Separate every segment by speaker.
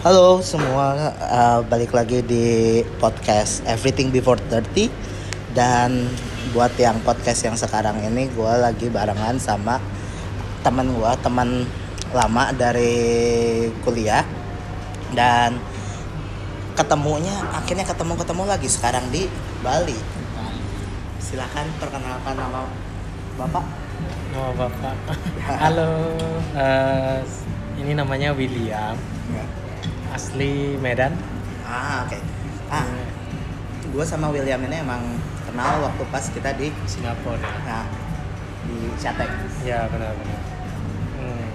Speaker 1: Halo semua, eh, balik lagi di podcast Everything Before 30 Dan buat yang podcast yang sekarang ini gue lagi barengan sama teman gue, teman lama dari kuliah Dan ketemunya, akhirnya ketemu-ketemu lagi sekarang di Bali Silahkan perkenalkan nama Bapak
Speaker 2: Nama Oh, bapak. Ya. Halo, eh, ini namanya William, asli Medan.
Speaker 1: Ah oke Ah, gue sama William ini emang kenal waktu pas kita di
Speaker 2: Singapura.
Speaker 1: Nah, di Chatek.
Speaker 2: Ya benar-benar. Hmm,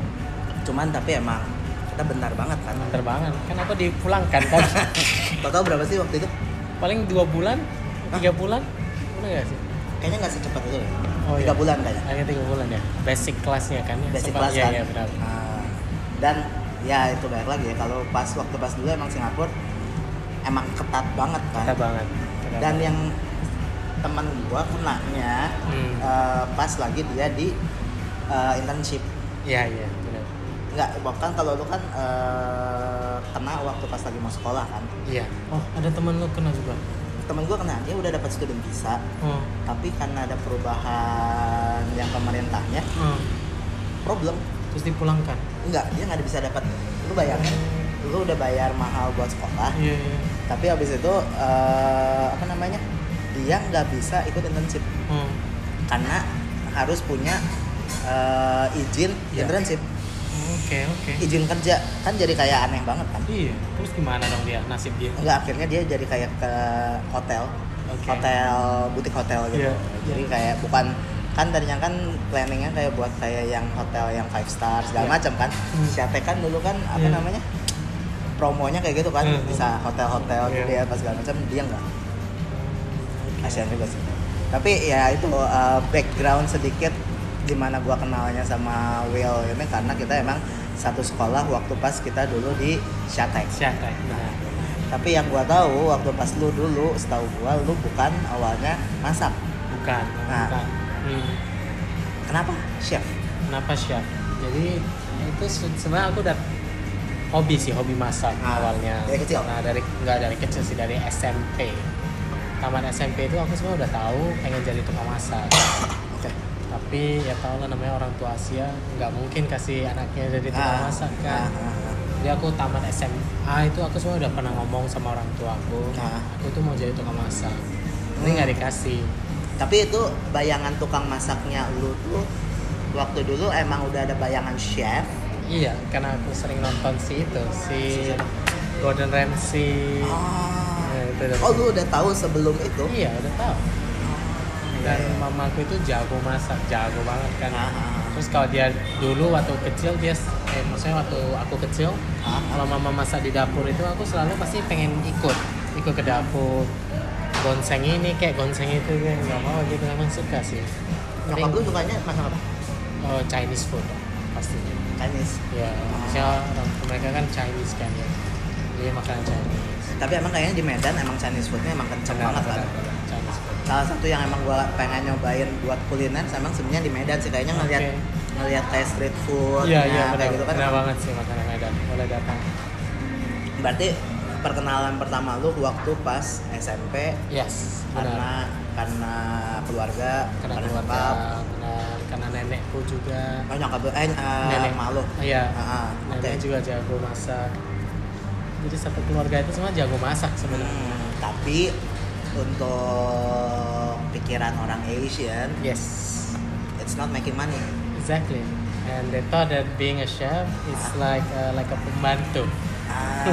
Speaker 1: Cuman tapi emang kita bentar banget kan.
Speaker 2: bentar banget. Kan aku dipulangkan kan.
Speaker 1: Total berapa sih waktu itu?
Speaker 2: Paling dua bulan, tiga bulan, udah nggak sih?
Speaker 1: Kayaknya nggak secepat itu ya.
Speaker 2: Oh,
Speaker 1: Tiga
Speaker 2: iya.
Speaker 1: bulan kayaknya.
Speaker 2: Hanya tiga bulan ya. Basic kelasnya kan ya.
Speaker 1: Basic
Speaker 2: Sempat-
Speaker 1: kelas
Speaker 2: Iya
Speaker 1: kan.
Speaker 2: iya, benar.
Speaker 1: Ah, dan ya itu banyak lagi ya. Kalau pas waktu pas dulu emang Singapura emang ketat banget kan.
Speaker 2: Kita banget. Benar.
Speaker 1: Dan yang teman gua kenanya
Speaker 2: Hmm.
Speaker 1: eh, pas lagi dia di eh, internship.
Speaker 2: Iya iya benar.
Speaker 1: Enggak, bahkan kalau lu kan eh, kena waktu pas lagi mau sekolah kan.
Speaker 2: Iya. Oh ada teman lu kena juga.
Speaker 1: Temen gua kena, dia udah dapat student visa,
Speaker 2: Oh.
Speaker 1: tapi karena ada perubahan yang pemerintahnya
Speaker 2: oh.
Speaker 1: problem
Speaker 2: Terus dipulangkan.
Speaker 1: enggak dia nggak bisa dapat lu bayangin lu udah bayar mahal buat sekolah
Speaker 2: Iya iya.
Speaker 1: tapi habis itu eh, apa namanya dia nggak bisa ikut internship
Speaker 2: Oh.
Speaker 1: karena harus punya eh, izin
Speaker 2: Iya.
Speaker 1: internship
Speaker 2: Oke oke.
Speaker 1: izin kerja kan jadi kayak aneh banget kan
Speaker 2: Iya, terus gimana dong dia nasib dia?
Speaker 1: enggak akhirnya dia jadi kayak ke hotel
Speaker 2: Iya. Oke.
Speaker 1: hotel butik hotel gitu
Speaker 2: Iya.
Speaker 1: jadi kayak bukan kan tadinya kan planningnya kayak buat kayak yang hotel yang five star segala
Speaker 2: Iya.
Speaker 1: macam kan
Speaker 2: Hmm.
Speaker 1: Siate kan dulu kan apa
Speaker 2: Iya.
Speaker 1: namanya promonya kayak gitu kan
Speaker 2: Hmm.
Speaker 1: bisa hotel-hotel
Speaker 2: Iya.
Speaker 1: gede apa segala macam dia enggak kasihan juga sih tapi ya itu uh, background sedikit gimana gua kenalnya sama Will ini karena kita emang satu sekolah waktu pas kita dulu di Siatek
Speaker 2: Siapa? Benar.
Speaker 1: tapi yang gua tahu waktu pas lu dulu, setahu gua lu bukan awalnya masak.
Speaker 2: Bukan,
Speaker 1: Nah.
Speaker 2: bukan. Hmm.
Speaker 1: Kenapa? Chef.
Speaker 2: Kenapa chef? Jadi itu se- sebenarnya aku udah hobi sih, hobi masak
Speaker 1: Ah,
Speaker 2: awalnya.
Speaker 1: dari kecil?
Speaker 2: Nah, dari nggak dari kecil sih, dari SMP. Taman SMP itu aku sebenarnya udah tahu pengen jadi tukang masak.
Speaker 1: Oke.
Speaker 2: Tapi ya tau lah namanya orang tua Asia nggak mungkin kasih anaknya jadi tukang
Speaker 1: Ah,
Speaker 2: masak kan.
Speaker 1: ah, ah, ah.
Speaker 2: Jadi aku tamat SMA itu aku semua udah pernah ngomong sama orang tua aku.
Speaker 1: Nah.
Speaker 2: Aku tuh mau jadi tukang masak. Ini
Speaker 1: Hmm.
Speaker 2: nggak dikasih.
Speaker 1: Tapi itu bayangan tukang masaknya lu tuh waktu dulu emang udah ada bayangan chef.
Speaker 2: Iya, karena aku sering nonton si itu si Gordon Ramsay.
Speaker 1: Ah.
Speaker 2: Ya, itu udah-
Speaker 1: Oh, lu udah tahu sebelum itu?
Speaker 2: Iya, udah tahu. Dan mamaku itu jago masak, jago banget kan.
Speaker 1: Iya, Ah, ah,
Speaker 2: Terus kalau dia dulu waktu kecil dia, eh, maksudnya waktu aku kecil,
Speaker 1: ah. Ah,
Speaker 2: kalau mama masak di dapur itu aku selalu pasti pengen ikut ikut ke dapur gonceng ini kayak gonceng itu kayak nggak mau gitu emang suka sih
Speaker 1: ah. Nyokap lu sukanya masak apa?
Speaker 2: oh, Chinese food pastinya
Speaker 1: Chinese.
Speaker 2: ya maksudnya orang mereka kan Chinese kan ya jadi makanan Chinese
Speaker 1: Tapi emang kayaknya di Medan emang Chinese foodnya emang kenceng
Speaker 2: Benar,
Speaker 1: banget kan.
Speaker 2: benar, benar, Chinese food
Speaker 1: Salah satu yang emang gua pengen nyobain buat kuliner, emang sebenarnya di Medan sih kayaknya ngeliat
Speaker 2: Oke.
Speaker 1: ngeliat kayak street food,
Speaker 2: iya
Speaker 1: nah,
Speaker 2: iya benar
Speaker 1: kayak gitu kan
Speaker 2: benar banget sih makanan Medan boleh datang
Speaker 1: Berarti perkenalan pertama lu waktu pas SMP
Speaker 2: yes
Speaker 1: karena
Speaker 2: benar
Speaker 1: karena keluarga,
Speaker 2: karena keluarga benar karena nenekku juga
Speaker 1: nyokap, oh, nyokap lu, eh eh,
Speaker 2: Nenek.
Speaker 1: malu.
Speaker 2: iya
Speaker 1: Ah, oke.
Speaker 2: Nenek juga jago masak. Jadi satu keluarga itu semua jago masak sebenarnya.
Speaker 1: Hmm, tapi untuk pikiran orang Asian,
Speaker 2: Yes,
Speaker 1: it's not making money.
Speaker 2: exactly. And they thought that being a chef is like uh, like a pembantu.
Speaker 1: Ah,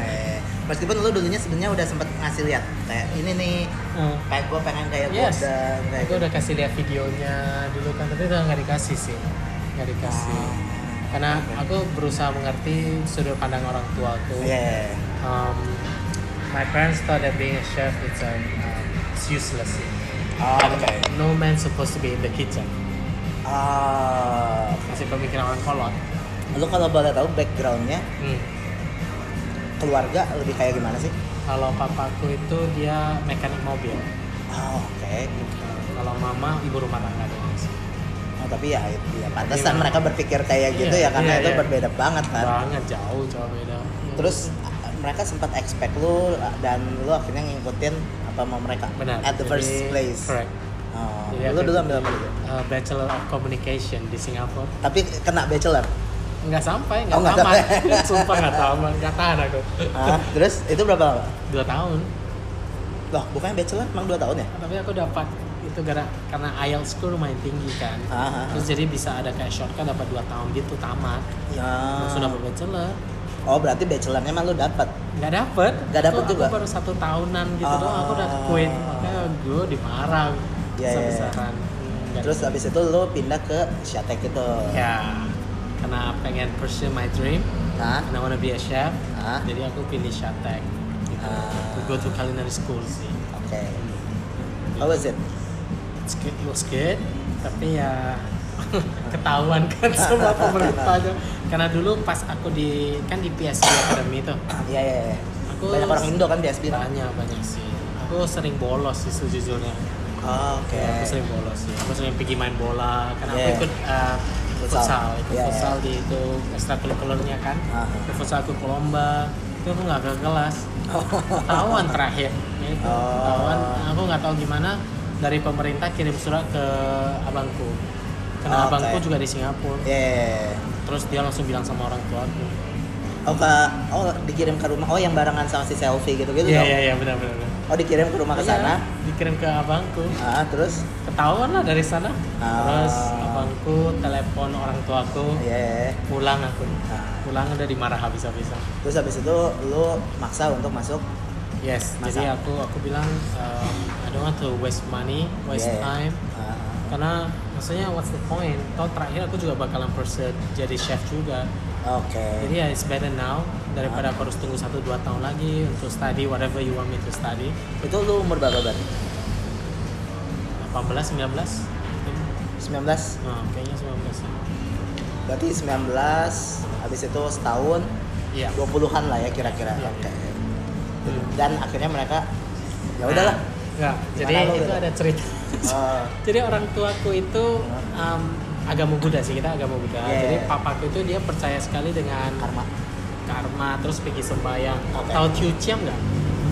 Speaker 1: eh. Meskipun lu dulunya sebenarnya udah sempet ngasih lihat kayak ini nih
Speaker 2: Uh,
Speaker 1: kayak gue pengen kayak
Speaker 2: Yes.
Speaker 1: Gordon, kayak
Speaker 2: aku udah kasih lihat videonya dulu kan, tapi itu nggak dikasih sih, nggak dikasih.
Speaker 1: Oh.
Speaker 2: Karena aku berusaha mengerti sudut pandang orang tuaku.
Speaker 1: ya yeah.
Speaker 2: Um, my parents thought that being a chef is um, um, it's useless. Um,
Speaker 1: Oh, oke.
Speaker 2: No man supposed to be in the kitchen.
Speaker 1: Ah,
Speaker 2: Masih pemikiran orang kolot.
Speaker 1: lu kalau boleh tahu backgroundnya
Speaker 2: Hmm.
Speaker 1: keluarga lebih kayak gimana sih?
Speaker 2: Kalau papaku itu dia mekanik mobil.
Speaker 1: Oh, oke. Kan?
Speaker 2: Kalau mama ibu rumah tangga dia.
Speaker 1: Oh, tapi ya itu ya pantesan
Speaker 2: Tapi-
Speaker 1: mereka berpikir kayak gitu
Speaker 2: Iya,
Speaker 1: ya karena
Speaker 2: iya,
Speaker 1: itu
Speaker 2: iya.
Speaker 1: berbeda banget kan
Speaker 2: banget jauh jauh beda Hmm.
Speaker 1: terus a- mereka sempat expect lu dan lu akhirnya ngikutin apa mau mereka
Speaker 2: benar
Speaker 1: at the first
Speaker 2: Jadi,
Speaker 1: place
Speaker 2: correct
Speaker 1: Oh,
Speaker 2: Jadi
Speaker 1: lu
Speaker 2: akhirnya-
Speaker 1: dulu ambil apa dulu
Speaker 2: Uh, Bachelor of Communication di Singapura
Speaker 1: tapi kena bachelor
Speaker 2: nggak sampai nggak
Speaker 1: Oh, nggak
Speaker 2: tamat
Speaker 1: sampai.
Speaker 2: sumpah nggak tamat nggak tahan aku
Speaker 1: Ah, terus itu berapa lama
Speaker 2: dua tahun
Speaker 1: loh bukannya bachelor emang 2 tahun ya
Speaker 2: tapi aku dapat itu gara karena IELTS ku lumayan tinggi kan
Speaker 1: Ah, ah,
Speaker 2: terus jadi bisa ada kayak shortcut dapat dua tahun gitu tamat
Speaker 1: ya
Speaker 2: langsung dapat bachelor
Speaker 1: oh berarti bachelornya emang lu dapat
Speaker 2: nggak dapet
Speaker 1: Nggak dapet
Speaker 2: Aku-
Speaker 1: juga?
Speaker 2: aku baru satu tahunan gitu
Speaker 1: Ah.
Speaker 2: doang aku udah quit Ya, makanya gue
Speaker 1: Ya, ya,
Speaker 2: dimarah
Speaker 1: ya.
Speaker 2: besar-besaran Hmm, nggak
Speaker 1: terus habis itu lu pindah ke Syatek itu
Speaker 2: ya karena pengen pursue my dream
Speaker 1: nah
Speaker 2: karena wanna be a chef
Speaker 1: Ah.
Speaker 2: jadi aku pilih Shatek gitu.
Speaker 1: Ah.
Speaker 2: go to culinary school sih
Speaker 1: oke how was it
Speaker 2: it's good, it was good tapi ya ketahuan kan sama pemerintahnya karena dulu pas aku di kan di PSB Academy itu
Speaker 1: Iya, iya, iya.
Speaker 2: Aku- Nah.
Speaker 1: Banyak orang Indo kan di SB. Oh,
Speaker 2: banyak banyak sih aku sering bolos sih sejujurnya
Speaker 1: Oh, Oke.
Speaker 2: Ya, aku sering bolos sih aku sering pergi main bola karena
Speaker 1: Yeah.
Speaker 2: aku ikut uh,
Speaker 1: Futsal.
Speaker 2: futsal ikut
Speaker 1: Yeah,
Speaker 2: futsal di itu ekstrakurikulernya kan
Speaker 1: Ah.
Speaker 2: Ikut futsal aku ke lomba itu aku nggak ke kelas ketahuan terakhir Ya itu
Speaker 1: Oh.
Speaker 2: ketahuan aku nggak tahu gimana dari pemerintah kirim surat ke abangku
Speaker 1: Oh, Oke.
Speaker 2: karena abangku juga di Singapura
Speaker 1: Iya, Yeah.
Speaker 2: terus dia langsung bilang sama orang tuaku
Speaker 1: Oh, ke, oh dikirim ke rumah. Oh, yang barengan sama si selfie gitu-gitu Gitu
Speaker 2: iya
Speaker 1: dong.
Speaker 2: iya iya benar benar benar.
Speaker 1: Oh, dikirim ke rumah ke sana.
Speaker 2: Iya, dikirim ke abangku
Speaker 1: Ah, terus
Speaker 2: ketahuan lah dari sana
Speaker 1: Ah.
Speaker 2: terus abangku telepon orang tuaku
Speaker 1: ya.
Speaker 2: pulang aku
Speaker 1: Ah.
Speaker 2: pulang udah dimarah habis-habisan
Speaker 1: Terus habis itu lu maksa untuk masuk.
Speaker 2: yes
Speaker 1: Masa?
Speaker 2: jadi aku aku bilang um, I don't want to waste money waste
Speaker 1: Yeah.
Speaker 2: time
Speaker 1: Ah,
Speaker 2: karena maksudnya what's the point toh terakhir aku juga bakalan pursue jadi chef juga
Speaker 1: Oke.
Speaker 2: jadi ya it's better now daripada aku harus tunggu 1-2 tahun lagi untuk study whatever you want me to study
Speaker 1: Itu lu umur berapa, Ban?
Speaker 2: 18 19
Speaker 1: 19.
Speaker 2: nah, kayaknya 19 sih.
Speaker 1: Berarti 19 habis itu setahun
Speaker 2: iya
Speaker 1: 20-an lah ya kira-kira.
Speaker 2: Iya.
Speaker 1: Oke.
Speaker 2: Hmm.
Speaker 1: Dan akhirnya mereka ya udahlah.
Speaker 2: Enggak, jadi
Speaker 1: Gimana lu,
Speaker 2: itu
Speaker 1: Bel?
Speaker 2: ada cerita.
Speaker 1: Eh,
Speaker 2: Jadi orang tuaku itu um, agama Buddha sih, kita agama Buddha.
Speaker 1: Yeah.
Speaker 2: Jadi papaku itu dia percaya sekali dengan
Speaker 1: karma.
Speaker 2: karma, terus pergi sembahyang.
Speaker 1: Oke.
Speaker 2: Tahu cuciam nggak?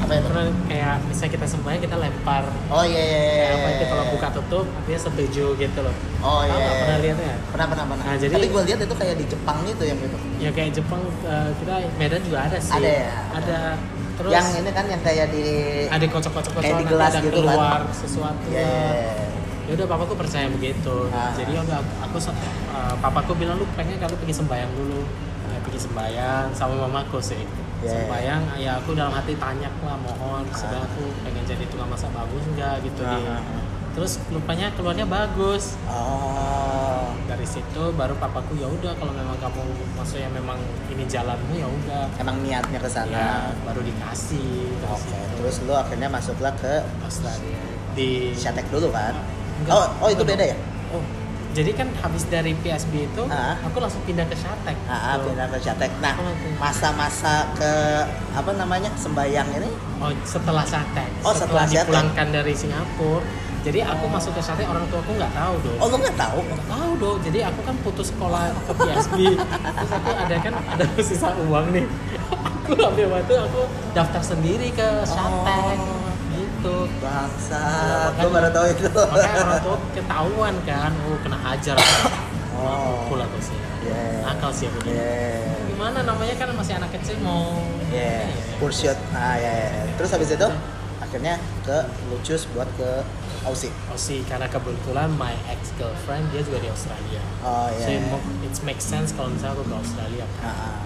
Speaker 1: Apa itu?
Speaker 2: ya, Pernah kayak misalnya kita sembahyang kita lempar
Speaker 1: Oh iya iya iya.
Speaker 2: kayak apa itu kalau buka tutup dia setuju gitu loh.
Speaker 1: Oh
Speaker 2: Tahu
Speaker 1: iya.
Speaker 2: nggak?
Speaker 1: iya.
Speaker 2: pernah lihat ya?
Speaker 1: Pernah pernah pernah.
Speaker 2: Nah, jadi-
Speaker 1: Tapi gue lihat itu kayak di Jepang gitu yang gitu.
Speaker 2: Ya kayak Jepang uh, kita Medan juga ada sih.
Speaker 1: Ada ya?
Speaker 2: Ada. Terus
Speaker 1: yang ini kan yang kayak di
Speaker 2: ada kocok-kocok-kocok
Speaker 1: Kayak di
Speaker 2: nanti
Speaker 1: gelas
Speaker 2: ada
Speaker 1: gitu kan?
Speaker 2: keluar sesuatu.
Speaker 1: Iya, iya, iya.
Speaker 2: ya udah papaku percaya begitu
Speaker 1: Ah.
Speaker 2: jadi ya udah aku, aku se- uh, papaku bilang lu pengen kalau pergi sembayang dulu ya, pergi sembayang sama mamaku sih
Speaker 1: Yeah.
Speaker 2: sembayang ya aku dalam hati tanya lah mohon sebenarnya aku pengen jadi tukang masak bagus enggak gitu
Speaker 1: Ah,
Speaker 2: di
Speaker 1: ah, ah.
Speaker 2: terus lupanya keluarnya bagus
Speaker 1: Oh.
Speaker 2: dari situ baru papaku ya udah kalau memang kamu maksudnya memang ini jalanmu ya udah
Speaker 1: Emang niatnya ke
Speaker 2: ya
Speaker 1: sana.
Speaker 2: baru dikasih terus
Speaker 1: Oke.
Speaker 2: itu.
Speaker 1: Terus lu akhirnya masuklah ke
Speaker 2: Australia di
Speaker 1: Syatek dulu kan?
Speaker 2: Enggak.
Speaker 1: Oh, oh itu
Speaker 2: Enggak
Speaker 1: beda ya?
Speaker 2: dong. Oh, jadi kan habis dari PSB itu,
Speaker 1: Ah.
Speaker 2: aku langsung pindah ke gitu. Shatek.
Speaker 1: Ah, ah,
Speaker 2: Tuh.
Speaker 1: beda ke Syatek. Nah,
Speaker 2: Oh, oke.
Speaker 1: masa-masa ke apa namanya sembayang ini?
Speaker 2: Oh, setelah Shatek.
Speaker 1: Oh, setelah Oh. Shatek.
Speaker 2: dipulangkan dari Singapura. Jadi aku masuk ke Shatek, orang tuaku nggak tahu dong.
Speaker 1: Oh lu nggak tahu?
Speaker 2: Nggak tahu dong. Jadi aku kan putus sekolah ke PSB. Terus aku ada kan ada sisa uang nih. aku ambil waktu aku daftar sendiri ke Shatek.
Speaker 1: Oh.
Speaker 2: Gitu.
Speaker 1: Bangsa,
Speaker 2: Nah,
Speaker 1: gue baru
Speaker 2: makanya-
Speaker 1: tahu itu.
Speaker 2: Makanya orang tua ketahuan kan, oh kena ajar.
Speaker 1: Oh.
Speaker 2: Pulang ke sini.
Speaker 1: Yeah.
Speaker 2: Akal sih aku bilang.
Speaker 1: Yeah.
Speaker 2: gimana namanya kan masih anak kecil mau
Speaker 1: Yeah,
Speaker 2: Iya.
Speaker 1: Pursuit. Nah, ya, ya. Terus habis itu akhirnya ke Lucus buat ke Aussie.
Speaker 2: Aussie Oh, karena kebetulan my ex girlfriend dia juga di Australia
Speaker 1: Oh
Speaker 2: so it, mo- it makes sense kalau misalnya aku ke Australia kan.
Speaker 1: Ah, ah.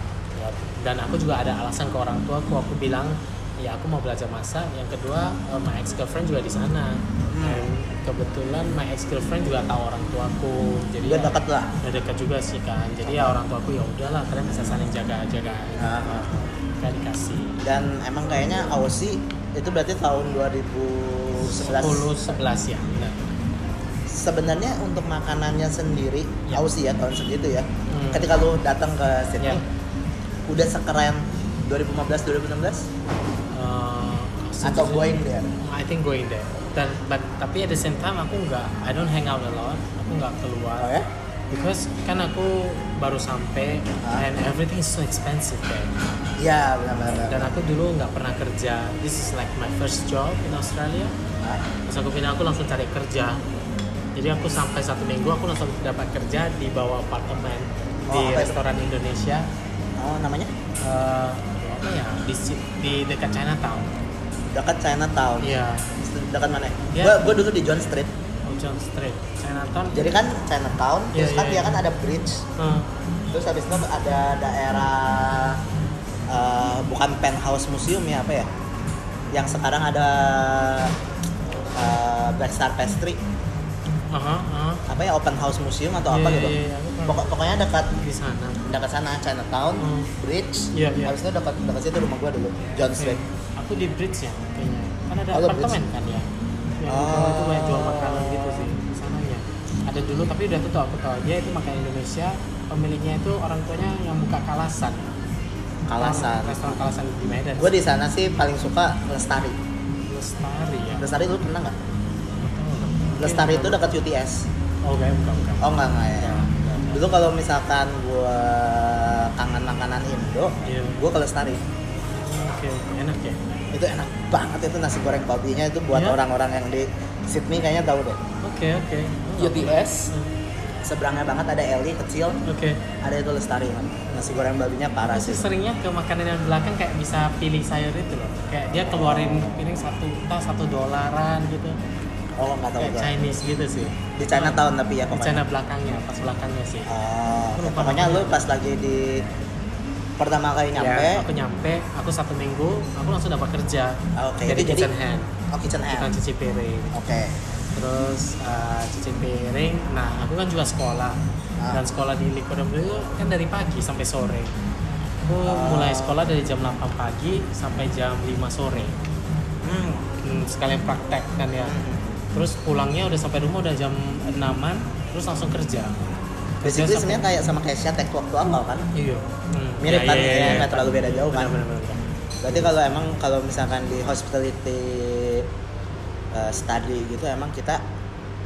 Speaker 2: Ya, dan aku juga ada alasan ke orang tua aku aku bilang ya aku mau belajar masak yang kedua eh, my ex girlfriend juga di sana dan
Speaker 1: Hmm.
Speaker 2: kebetulan my ex girlfriend juga tahu orang tuaku jadi
Speaker 1: Udah
Speaker 2: ya,
Speaker 1: deket lah.
Speaker 2: udah dekat juga sih kan jadi ya orang tuaku ya udahlah kalian bisa saling jaga jaga
Speaker 1: Ah, ah.
Speaker 2: kan dikasih
Speaker 1: Dan emang kayaknya Aussie itu berarti tahun 2011.
Speaker 2: 10 11 ya benar.
Speaker 1: Sebenarnya untuk makanannya sendiri
Speaker 2: Ya.
Speaker 1: Aussie ya tahun segitu ya.
Speaker 2: Hmm.
Speaker 1: Ketika lu datang ke sini
Speaker 2: Ya.
Speaker 1: udah sekeren 2015 2016
Speaker 2: Uh,
Speaker 1: atau going there.
Speaker 2: Eh, I think going there. dan but, tapi at the same time aku nggak I don't hang out a lot aku nggak keluar
Speaker 1: Oh ya?
Speaker 2: because kan aku baru sampai
Speaker 1: Ah.
Speaker 2: and everything is so expensive there
Speaker 1: Iya, benar-benar.
Speaker 2: dan aku dulu nggak pernah kerja this is like my first job in Australia
Speaker 1: Ah,
Speaker 2: terus aku pindah aku langsung cari kerja jadi aku sampai satu minggu aku langsung dapat kerja di bawah apartemen
Speaker 1: Oh,
Speaker 2: di
Speaker 1: apa itu?
Speaker 2: restoran Indonesia
Speaker 1: oh, namanya?
Speaker 2: eh, apa ya di, si- di dekat Chinatown
Speaker 1: Dekat Chinatown.
Speaker 2: iya
Speaker 1: Dekat mana?
Speaker 2: Iya.
Speaker 1: Gua gua dulu di John Street.
Speaker 2: Ocean Street Chinatown
Speaker 1: Jadi kan Chinatown,
Speaker 2: Iya,
Speaker 1: terus kan
Speaker 2: iya,
Speaker 1: dia
Speaker 2: iya.
Speaker 1: kan ada bridge.
Speaker 2: eh,
Speaker 1: Terus habis itu ada daerah eh, bukan penthouse museum ya apa ya? Yang sekarang ada eh, Black Star Pastry,
Speaker 2: aha, aha.
Speaker 1: apa ya open house museum atau
Speaker 2: Iya,
Speaker 1: apa
Speaker 2: iya,
Speaker 1: gitu.
Speaker 2: iya, iya, aku pernah.
Speaker 1: Pokok- pokoknya dekat
Speaker 2: di sana
Speaker 1: dekat sana Chinatown,
Speaker 2: Hmm.
Speaker 1: bridge.
Speaker 2: Iya, iya.
Speaker 1: Habis itu dekat dekat situ rumah gua dulu, John Street.
Speaker 2: aku di bridge ya kayaknya kan ada
Speaker 1: Oh, Ah. lu
Speaker 2: apartemen kan ya yang di bawah itu banyak jual makanan gitu sih di sana ya ada dulu tapi udah tutup aku tahu dia itu makanan Indonesia pemiliknya itu orang tuanya yang buka kalasan
Speaker 1: Kalasan.
Speaker 2: restoran kalasan di Medan
Speaker 1: Gue di sana sih paling suka Lestari.
Speaker 2: lestari ya
Speaker 1: Lestari lu pernah nggak?
Speaker 2: Betul.
Speaker 1: Lestari itu
Speaker 2: Mungkin-
Speaker 1: dekat UTS.
Speaker 2: oh enggak bukan bukan
Speaker 1: Oh enggak enggak ya.
Speaker 2: Enggak, enggak.
Speaker 1: Dulu kalau misalkan gua kangen makanan Indo,
Speaker 2: Iya.
Speaker 1: gua ke Lestari.
Speaker 2: oke enak ya
Speaker 1: Itu enak banget itu nasi goreng babinya itu buat
Speaker 2: Iya.
Speaker 1: orang-orang yang di Sydney kayaknya tahu deh.
Speaker 2: oke oke Oh,
Speaker 1: UTS seberangnya banget ada Eli kecil,
Speaker 2: oke
Speaker 1: ada itu Lestari. man. Nasi goreng babinya parah
Speaker 2: Aku sih
Speaker 1: sih.
Speaker 2: seringnya ke makanan yang belakang kayak bisa pilih sayur itu loh kayak dia keluarin piring satu entah satu dolaran gitu
Speaker 1: Oh nggak tahu
Speaker 2: kayak
Speaker 1: gua.
Speaker 2: Chinese gitu sih
Speaker 1: Di China tahun tapi ya
Speaker 2: di
Speaker 1: pokoknya.
Speaker 2: China belakangnya pas belakangnya sih
Speaker 1: Oh,
Speaker 2: Aku lupa
Speaker 1: pokoknya lu
Speaker 2: namanya.
Speaker 1: pas lagi di pertama kali
Speaker 2: Ya,
Speaker 1: nyampe,
Speaker 2: aku nyampe aku satu minggu aku langsung dapat kerja
Speaker 1: Ah, Oke,
Speaker 2: jadi
Speaker 1: itu jadi-
Speaker 2: kitchen hand
Speaker 1: oh kitchen
Speaker 2: tukang
Speaker 1: hand.
Speaker 2: cuci piring
Speaker 1: Oke.
Speaker 2: terus eh, cuci piring nah aku kan juga sekolah
Speaker 1: Ah.
Speaker 2: dan sekolah di Likodam dulu kan dari pagi sampai sore aku
Speaker 1: Ah.
Speaker 2: mulai sekolah dari jam 8 pagi sampai jam 5 sore
Speaker 1: Hmm.
Speaker 2: hmm, sekalian praktek kan ya terus pulangnya udah sampai rumah udah jam 6an terus langsung kerja
Speaker 1: Basically
Speaker 2: kerja sampai-
Speaker 1: sebenarnya kayak sama Kesha take waktu awal kan.
Speaker 2: iya Hmm,
Speaker 1: Mirip
Speaker 2: ya,
Speaker 1: kan,
Speaker 2: ya,
Speaker 1: ya,
Speaker 2: ya,
Speaker 1: nggak terlalu beda jauh kan.
Speaker 2: Benar, benar, benar.
Speaker 1: Berarti kalau emang kalau misalkan di hospitality eh, study gitu emang kita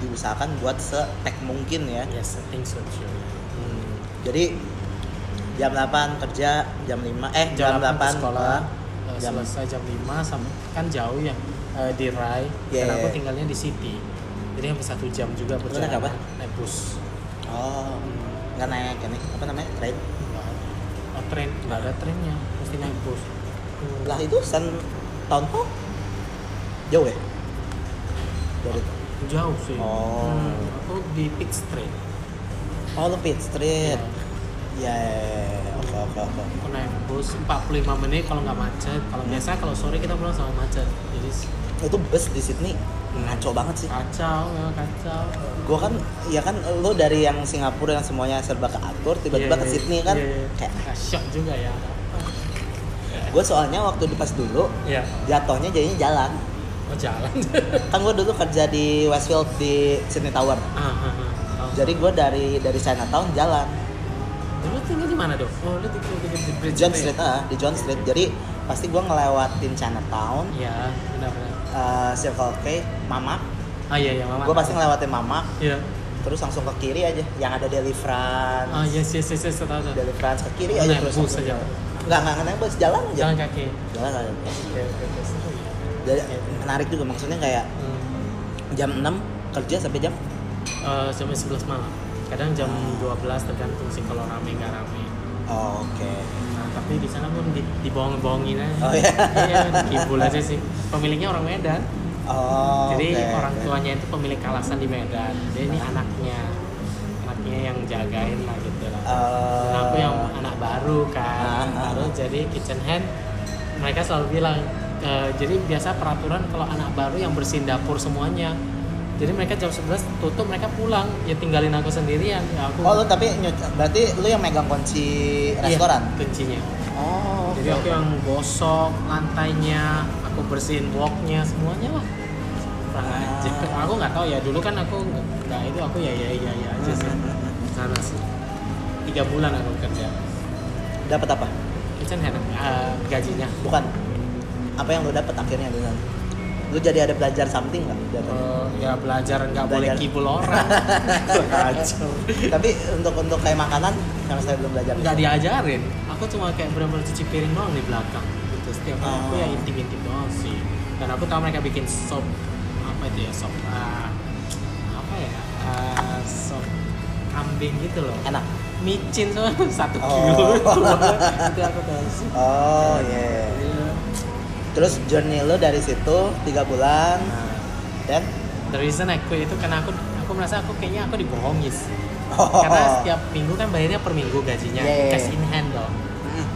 Speaker 1: diusahakan buat setek mungkin ya.
Speaker 2: Yes, I think so too.
Speaker 1: Hmm. Jadi jam 8 kerja, jam 5 eh jam, 8,
Speaker 2: ke sekolah,
Speaker 1: eh,
Speaker 2: eh,
Speaker 1: jam
Speaker 2: selesai jam 5 sampai kan jauh ya eh, di Rai.
Speaker 1: Iya, iya,
Speaker 2: Dan aku
Speaker 1: iya.
Speaker 2: tinggalnya di City. Jadi hampir satu jam juga
Speaker 1: Lu
Speaker 2: berjalan.
Speaker 1: naik apa?
Speaker 2: Naik bus.
Speaker 1: Oh, nggak naik ini apa namanya? Train.
Speaker 2: Nggak ada. Oh, train, nggak ada trennya, mesti naik bus. Hmm.
Speaker 1: Lah itu San Town Hall jauh ya? Dari
Speaker 2: Jauh sih.
Speaker 1: Oh.
Speaker 2: Hmm, aku di Peak Street.
Speaker 1: Oh, lu Pitt Street.
Speaker 2: Ya.
Speaker 1: Ya, ya, ya, ya. oke, oke, oke.
Speaker 2: Aku naik bus 45 menit kalau nggak macet. Kalau
Speaker 1: Hmm.
Speaker 2: biasa kalau sore kita pulang sama macet. Jadi s-
Speaker 1: Itu bus di Sydney ngaco banget sih.
Speaker 2: kacau, memang kacau.
Speaker 1: Gua kan, ya kan, lo dari yang Singapura yang semuanya serba keatur, tiba-tiba
Speaker 2: Iya,
Speaker 1: ke
Speaker 2: iya,
Speaker 1: Sydney kan,
Speaker 2: iya, iya.
Speaker 1: kayak
Speaker 2: Nah, shock juga ya.
Speaker 1: gue soalnya waktu di pas dulu
Speaker 2: Iya.
Speaker 1: jatuhnya jadinya jalan.
Speaker 2: Oh, jalan.
Speaker 1: Kan gue dulu kerja di Westfield di Sydney Tower.
Speaker 2: ah, ah, ah. Oh.
Speaker 1: Jadi gue dari dari Chinatown jalan.
Speaker 2: Lu tinggal di mana dong? Oh, lu tinggal di, di Bridge
Speaker 1: John
Speaker 2: ya? itu
Speaker 1: Street ah, di John Street. Jadi pasti gue ngelewatin Chinatown,
Speaker 2: Iya, benar-benar.
Speaker 1: eh, Circle K, Mamak.
Speaker 2: Ah iya iya, Mama.
Speaker 1: Gue pasti ngelewatin Mamak,
Speaker 2: Iya.
Speaker 1: terus langsung ke kiri aja yang ada Deliverance.
Speaker 2: Ah yes yes yes yes, tahu tahu.
Speaker 1: dari France ke kiri
Speaker 2: Naik
Speaker 1: aja terus Iya.
Speaker 2: bus aja.
Speaker 1: nggak nggak nggak naik bus jalan aja
Speaker 2: Jalan kaki.
Speaker 1: jalan aja
Speaker 2: Oke oke oke. seru ya.
Speaker 1: jadi menarik juga maksudnya kayak
Speaker 2: Hmm.
Speaker 1: jam 6 kerja sampai jam
Speaker 2: Eh, jam 11 malam. Kadang jam 12 tergantung sih kalau rame nggak rame.
Speaker 1: oh, oke
Speaker 2: Nah, tapi di sana pun di, dibohong-bohongin aja.
Speaker 1: Oh, iya.
Speaker 2: Iya, dikibul aja sih. Pemiliknya orang Medan.
Speaker 1: oh
Speaker 2: Jadi
Speaker 1: oke,
Speaker 2: orang
Speaker 1: oke.
Speaker 2: tuanya itu pemilik kalasan di Medan. Jadi ini anaknya, anaknya yang jagain lah gitu lah.
Speaker 1: Eh,
Speaker 2: Nah, aku yang anak baru
Speaker 1: Ah,
Speaker 2: kan
Speaker 1: ah.
Speaker 2: baru jadi kitchen hand mereka selalu bilang e, jadi biasa peraturan kalau anak baru yang bersihin dapur semuanya jadi mereka jam 11 tutup mereka pulang ya tinggalin aku sendirian ya aku
Speaker 1: oh lu tapi nyu- berarti lu yang megang kunci
Speaker 2: Iya,
Speaker 1: restoran
Speaker 2: kuncinya
Speaker 1: oh
Speaker 2: jadi aku yang gosok lantainya aku bersihin woknya semuanya lah kurang
Speaker 1: Ah.
Speaker 2: aja aku nggak tahu ya dulu kan aku nggak nggak itu aku ya ya ya ya aja sih sana sih tiga bulan aku kerja
Speaker 1: dapat apa
Speaker 2: kitchen hand eh, gajinya
Speaker 1: bukan apa yang lu dapat akhirnya dengan lu jadi ada belajar something nggak di atas?
Speaker 2: Eh, ya belajar nggak boleh
Speaker 1: Belajar.
Speaker 2: kibul orang kacau
Speaker 1: tapi untuk untuk kayak makanan sama saya belum belajar
Speaker 2: nggak diajarin aku cuma kayak benar-benar cuci piring doang di belakang gitu setiap hari aku
Speaker 1: Oh.
Speaker 2: ya intip-intip doang sih dan aku tahu mereka bikin sop apa itu ya sop ah, apa ya Ah, sop kambing gitu loh
Speaker 1: enak
Speaker 2: micin sama satu
Speaker 1: Oh.
Speaker 2: kilo itu aku tahu sih
Speaker 1: oh iya terus journey lu dari situ tiga bulan
Speaker 2: Nah,
Speaker 1: dan
Speaker 2: the reason I quit itu karena aku aku merasa aku kayaknya aku dibohongi sih.
Speaker 1: Oh.
Speaker 2: karena setiap minggu kan bayarnya per minggu gajinya
Speaker 1: Iya, iya, iya.
Speaker 2: cash in hand dong
Speaker 1: Hmm,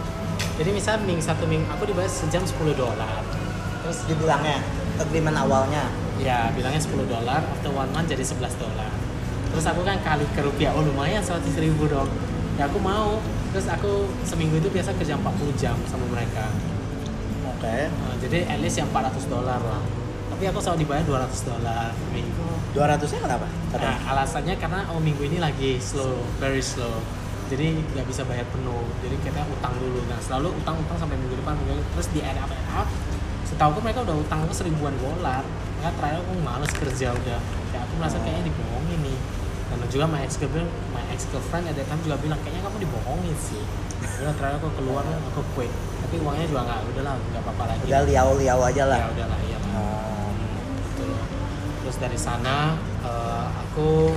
Speaker 2: jadi misal ming satu minggu aku dibayar sejam 10 dolar terus
Speaker 1: di bilangnya agreement awalnya
Speaker 2: ya bilangnya 10 dolar after one month jadi 11 dolar terus aku kan kali ke rupiah oh lumayan 100 ribu dong ya aku mau terus aku seminggu itu biasa kerja 40 jam sama mereka
Speaker 1: oke
Speaker 2: Eh, jadi at least yang 400 dolar lah tapi aku selalu dibayar 200 dolar per minggu
Speaker 1: 200 nya kenapa Kata-
Speaker 2: Nah, alasannya karena oh minggu ini lagi slow, very slow. Jadi nggak bisa bayar penuh. Jadi kita utang dulu. Nah, selalu utang-utang sampai minggu depan, minggu depan. terus di add up, add up. Setahu aku mereka udah utang aku seribuan dolar. Ya, terakhir aku males kerja udah. Ya, aku merasa
Speaker 1: Oh.
Speaker 2: kayaknya dibohongin nih. Dan juga my ex girlfriend, my ex girlfriend ada kan juga bilang kayaknya kamu dibohongin sih. Udah terakhir aku keluar, aku quit. Tapi uangnya juga nggak, udahlah nggak apa-apa lagi.
Speaker 1: udah liau liau aja lah
Speaker 2: Ya udahlah, iya. lah.
Speaker 1: Oh,
Speaker 2: gitu loh. terus dari sana eh, aku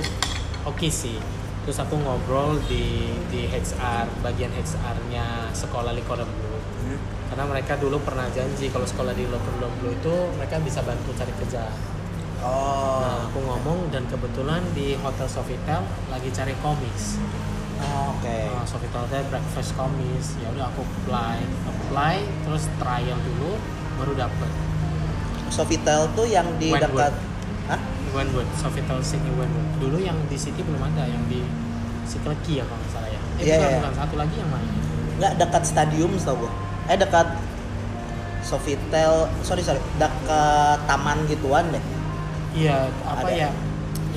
Speaker 2: oke sih terus aku ngobrol di di HR bagian HR-nya sekolah Likodam Blue
Speaker 1: hmm.
Speaker 2: karena mereka dulu pernah janji kalau sekolah di Likodam Blue itu mereka bisa bantu cari kerja
Speaker 1: oh,
Speaker 2: nah aku ngomong dan kebetulan di Hotel Sofitel lagi cari komis
Speaker 1: Oh, oke
Speaker 2: Nah, Sofitel teh breakfast komis ya udah aku apply apply terus trial dulu baru dapet
Speaker 1: Sofitel tuh yang di
Speaker 2: Wentworth.
Speaker 1: dekat Hah?
Speaker 2: Wentwood, Sofitel Sydney Wentwood. Dulu yang di City belum ada, yang di Sikleki ya kalau nggak salah ya. Eh
Speaker 1: Iya,
Speaker 2: bukan,
Speaker 1: iya.
Speaker 2: bukan. satu lagi yang mana?
Speaker 1: nggak dekat stadium setahu gue eh dekat Sofitel sorry sorry dekat taman gituan deh
Speaker 2: Iya, apa
Speaker 1: Ada.
Speaker 2: ya?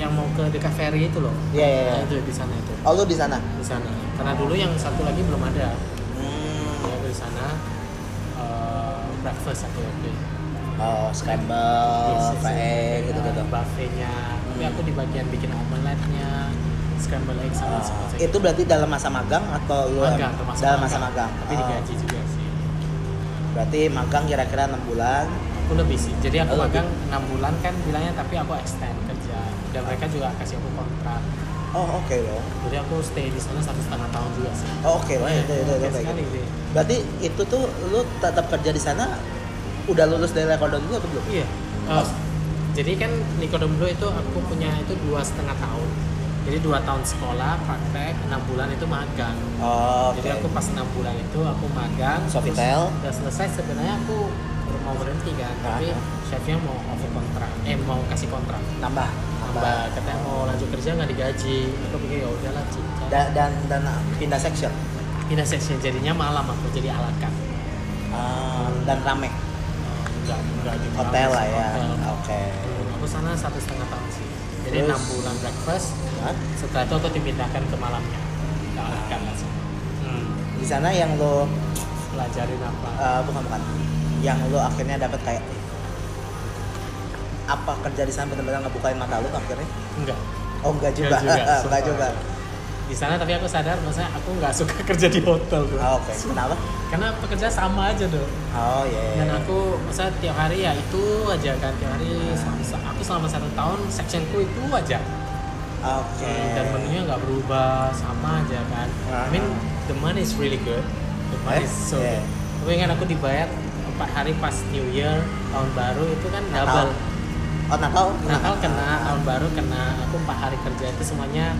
Speaker 2: Yang mau ke dekat ferry itu loh.
Speaker 1: iya iya
Speaker 2: Nah,
Speaker 1: iya
Speaker 2: itu di sana itu.
Speaker 1: oh lu di sana
Speaker 2: Di sana. Karena dulu yang satu lagi belum ada. Ya
Speaker 1: hmm.
Speaker 2: di sana eh, breakfast aku oke.
Speaker 1: oh scramble fry gitu gitu
Speaker 2: Buffetnya. Tapi aku di bagian bikin omelette-nya, scramble egg sama seperti
Speaker 1: Ah, itu berarti dalam masa magang atau lu
Speaker 2: magang,
Speaker 1: em-
Speaker 2: termasuk
Speaker 1: dalam masa magang
Speaker 2: Tapi
Speaker 1: Oh,
Speaker 2: digaji juga sih.
Speaker 1: berarti magang kira-kira enam bulan
Speaker 2: aku lebih sih jadi
Speaker 1: Oh,
Speaker 2: aku
Speaker 1: lebih.
Speaker 2: magang enam bulan kan bilangnya tapi aku extend kerja dan mereka juga kasih aku kontrak
Speaker 1: oh oke loh
Speaker 2: jadi aku stay di sana satu setengah tahun juga sih
Speaker 1: oh oke loh itu itu itu
Speaker 2: iya. Oke
Speaker 1: kayak
Speaker 2: sekali
Speaker 1: gitu.
Speaker 2: sih.
Speaker 1: berarti itu tuh lu tetap kerja di sana udah lulus dari rekodon dulu atau belum
Speaker 2: iya Eh, jadi kan Nikodem Blue itu aku punya itu dua setengah tahun jadi dua tahun sekolah praktek enam bulan itu magang
Speaker 1: oh oke
Speaker 2: jadi aku pas enam bulan itu aku magang
Speaker 1: Sofitel.
Speaker 2: terus udah selesai sebenarnya aku mau berhenti kan
Speaker 1: Ah.
Speaker 2: tapi chefnya mau offer kontrak eh mau kasih kontrak
Speaker 1: nambah nambah
Speaker 2: Mbak katanya mau lanjut kerja nggak digaji aku pikir ya udahlah cinta
Speaker 1: Da- dan dan pindah section
Speaker 2: pindah section jadinya malam aku jadi alakan
Speaker 1: Ah, dan rame
Speaker 2: enggak enggak di
Speaker 1: hotel lah ya
Speaker 2: gitu. hotel.
Speaker 1: oke
Speaker 2: aku sana satu setengah tahun sih jadi
Speaker 1: Terus?
Speaker 2: enam bulan breakfast
Speaker 1: Hah?
Speaker 2: setelah itu aku dipindahkan ke malamnya ke alakan langsung hmm.
Speaker 1: di sana yang lo
Speaker 2: pelajarin apa
Speaker 1: eh, bukan bukan yang lo akhirnya dapat kayak apa kerja di sana benar-benar ngebukain mata lo akhirnya
Speaker 2: enggak
Speaker 1: oh enggak juga
Speaker 2: Enggak juga,
Speaker 1: enggak juga
Speaker 2: di sana tapi aku sadar maksudnya aku nggak suka kerja di hotel tuh
Speaker 1: Ah, oke kenapa
Speaker 2: karena pekerja sama aja dong
Speaker 1: oh ya
Speaker 2: dan aku masa tiap hari ya itu aja kan tiap hari selama- se- aku selama satu tahun sectionku itu aja
Speaker 1: oke
Speaker 2: Hmm, dan menunya nggak berubah sama aja kan I mean the money is really good the money
Speaker 1: Ah. Eh,
Speaker 2: is so
Speaker 1: yeah.
Speaker 2: good tapi kan aku dibayar empat hari pas New Year tahun baru itu kan
Speaker 1: Natal.
Speaker 2: double
Speaker 1: oh Natal
Speaker 2: Natal kan? kena tahun baru kena aku empat hari kerja itu semuanya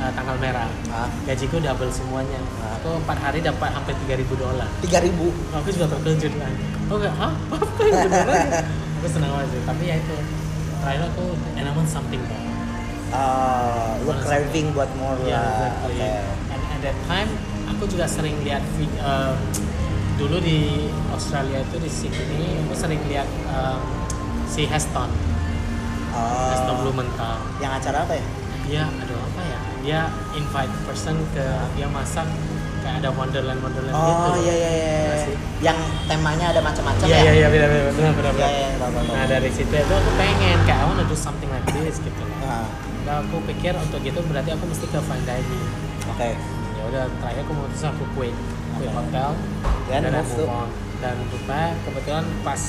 Speaker 2: uh, tanggal merah
Speaker 1: ah
Speaker 2: gajiku double semuanya
Speaker 1: Ah.
Speaker 2: aku empat hari dapat hampir 3000 dolar
Speaker 1: tiga ribu
Speaker 2: aku juga terkejut kan oh enggak hah apa yang beneran aku senang banget sih tapi ya itu terakhir aku and I want something Ya, more
Speaker 1: Ah, lo craving buat more
Speaker 2: Ya,
Speaker 1: lah
Speaker 2: exactly.
Speaker 1: Oke.
Speaker 2: and at that time aku juga sering lihat vid- eh, dulu di Australia itu di Sydney aku sering lihat eh, si Heston
Speaker 1: Ah,
Speaker 2: Heston Blumenthal
Speaker 1: Oh. yang acara apa ya
Speaker 2: dia aduh apa ya dia invite person ke dia masak kayak ada wonderland wonderland gitu
Speaker 1: Oh
Speaker 2: loh.
Speaker 1: iya iya iya.
Speaker 2: Nggak sih?
Speaker 1: Yang temanya ada macam-macam
Speaker 2: Iya
Speaker 1: ya.
Speaker 2: iya iya benar benar benar benar.
Speaker 1: Iya, iya, tahu, tahu, tahu.
Speaker 2: Nah dari situ itu aku pengen kayak I wanna do something like this gitu. Nah,
Speaker 1: Nah,
Speaker 2: aku pikir untuk itu berarti aku mesti ke fine dining.
Speaker 1: Oke.
Speaker 2: Ya udah terakhir aku memutuskan aku quit, quit
Speaker 1: Oke.
Speaker 2: hotel
Speaker 1: Dan
Speaker 2: dan
Speaker 1: move
Speaker 2: aku
Speaker 1: to-
Speaker 2: on. Dan rupanya kebetulan pas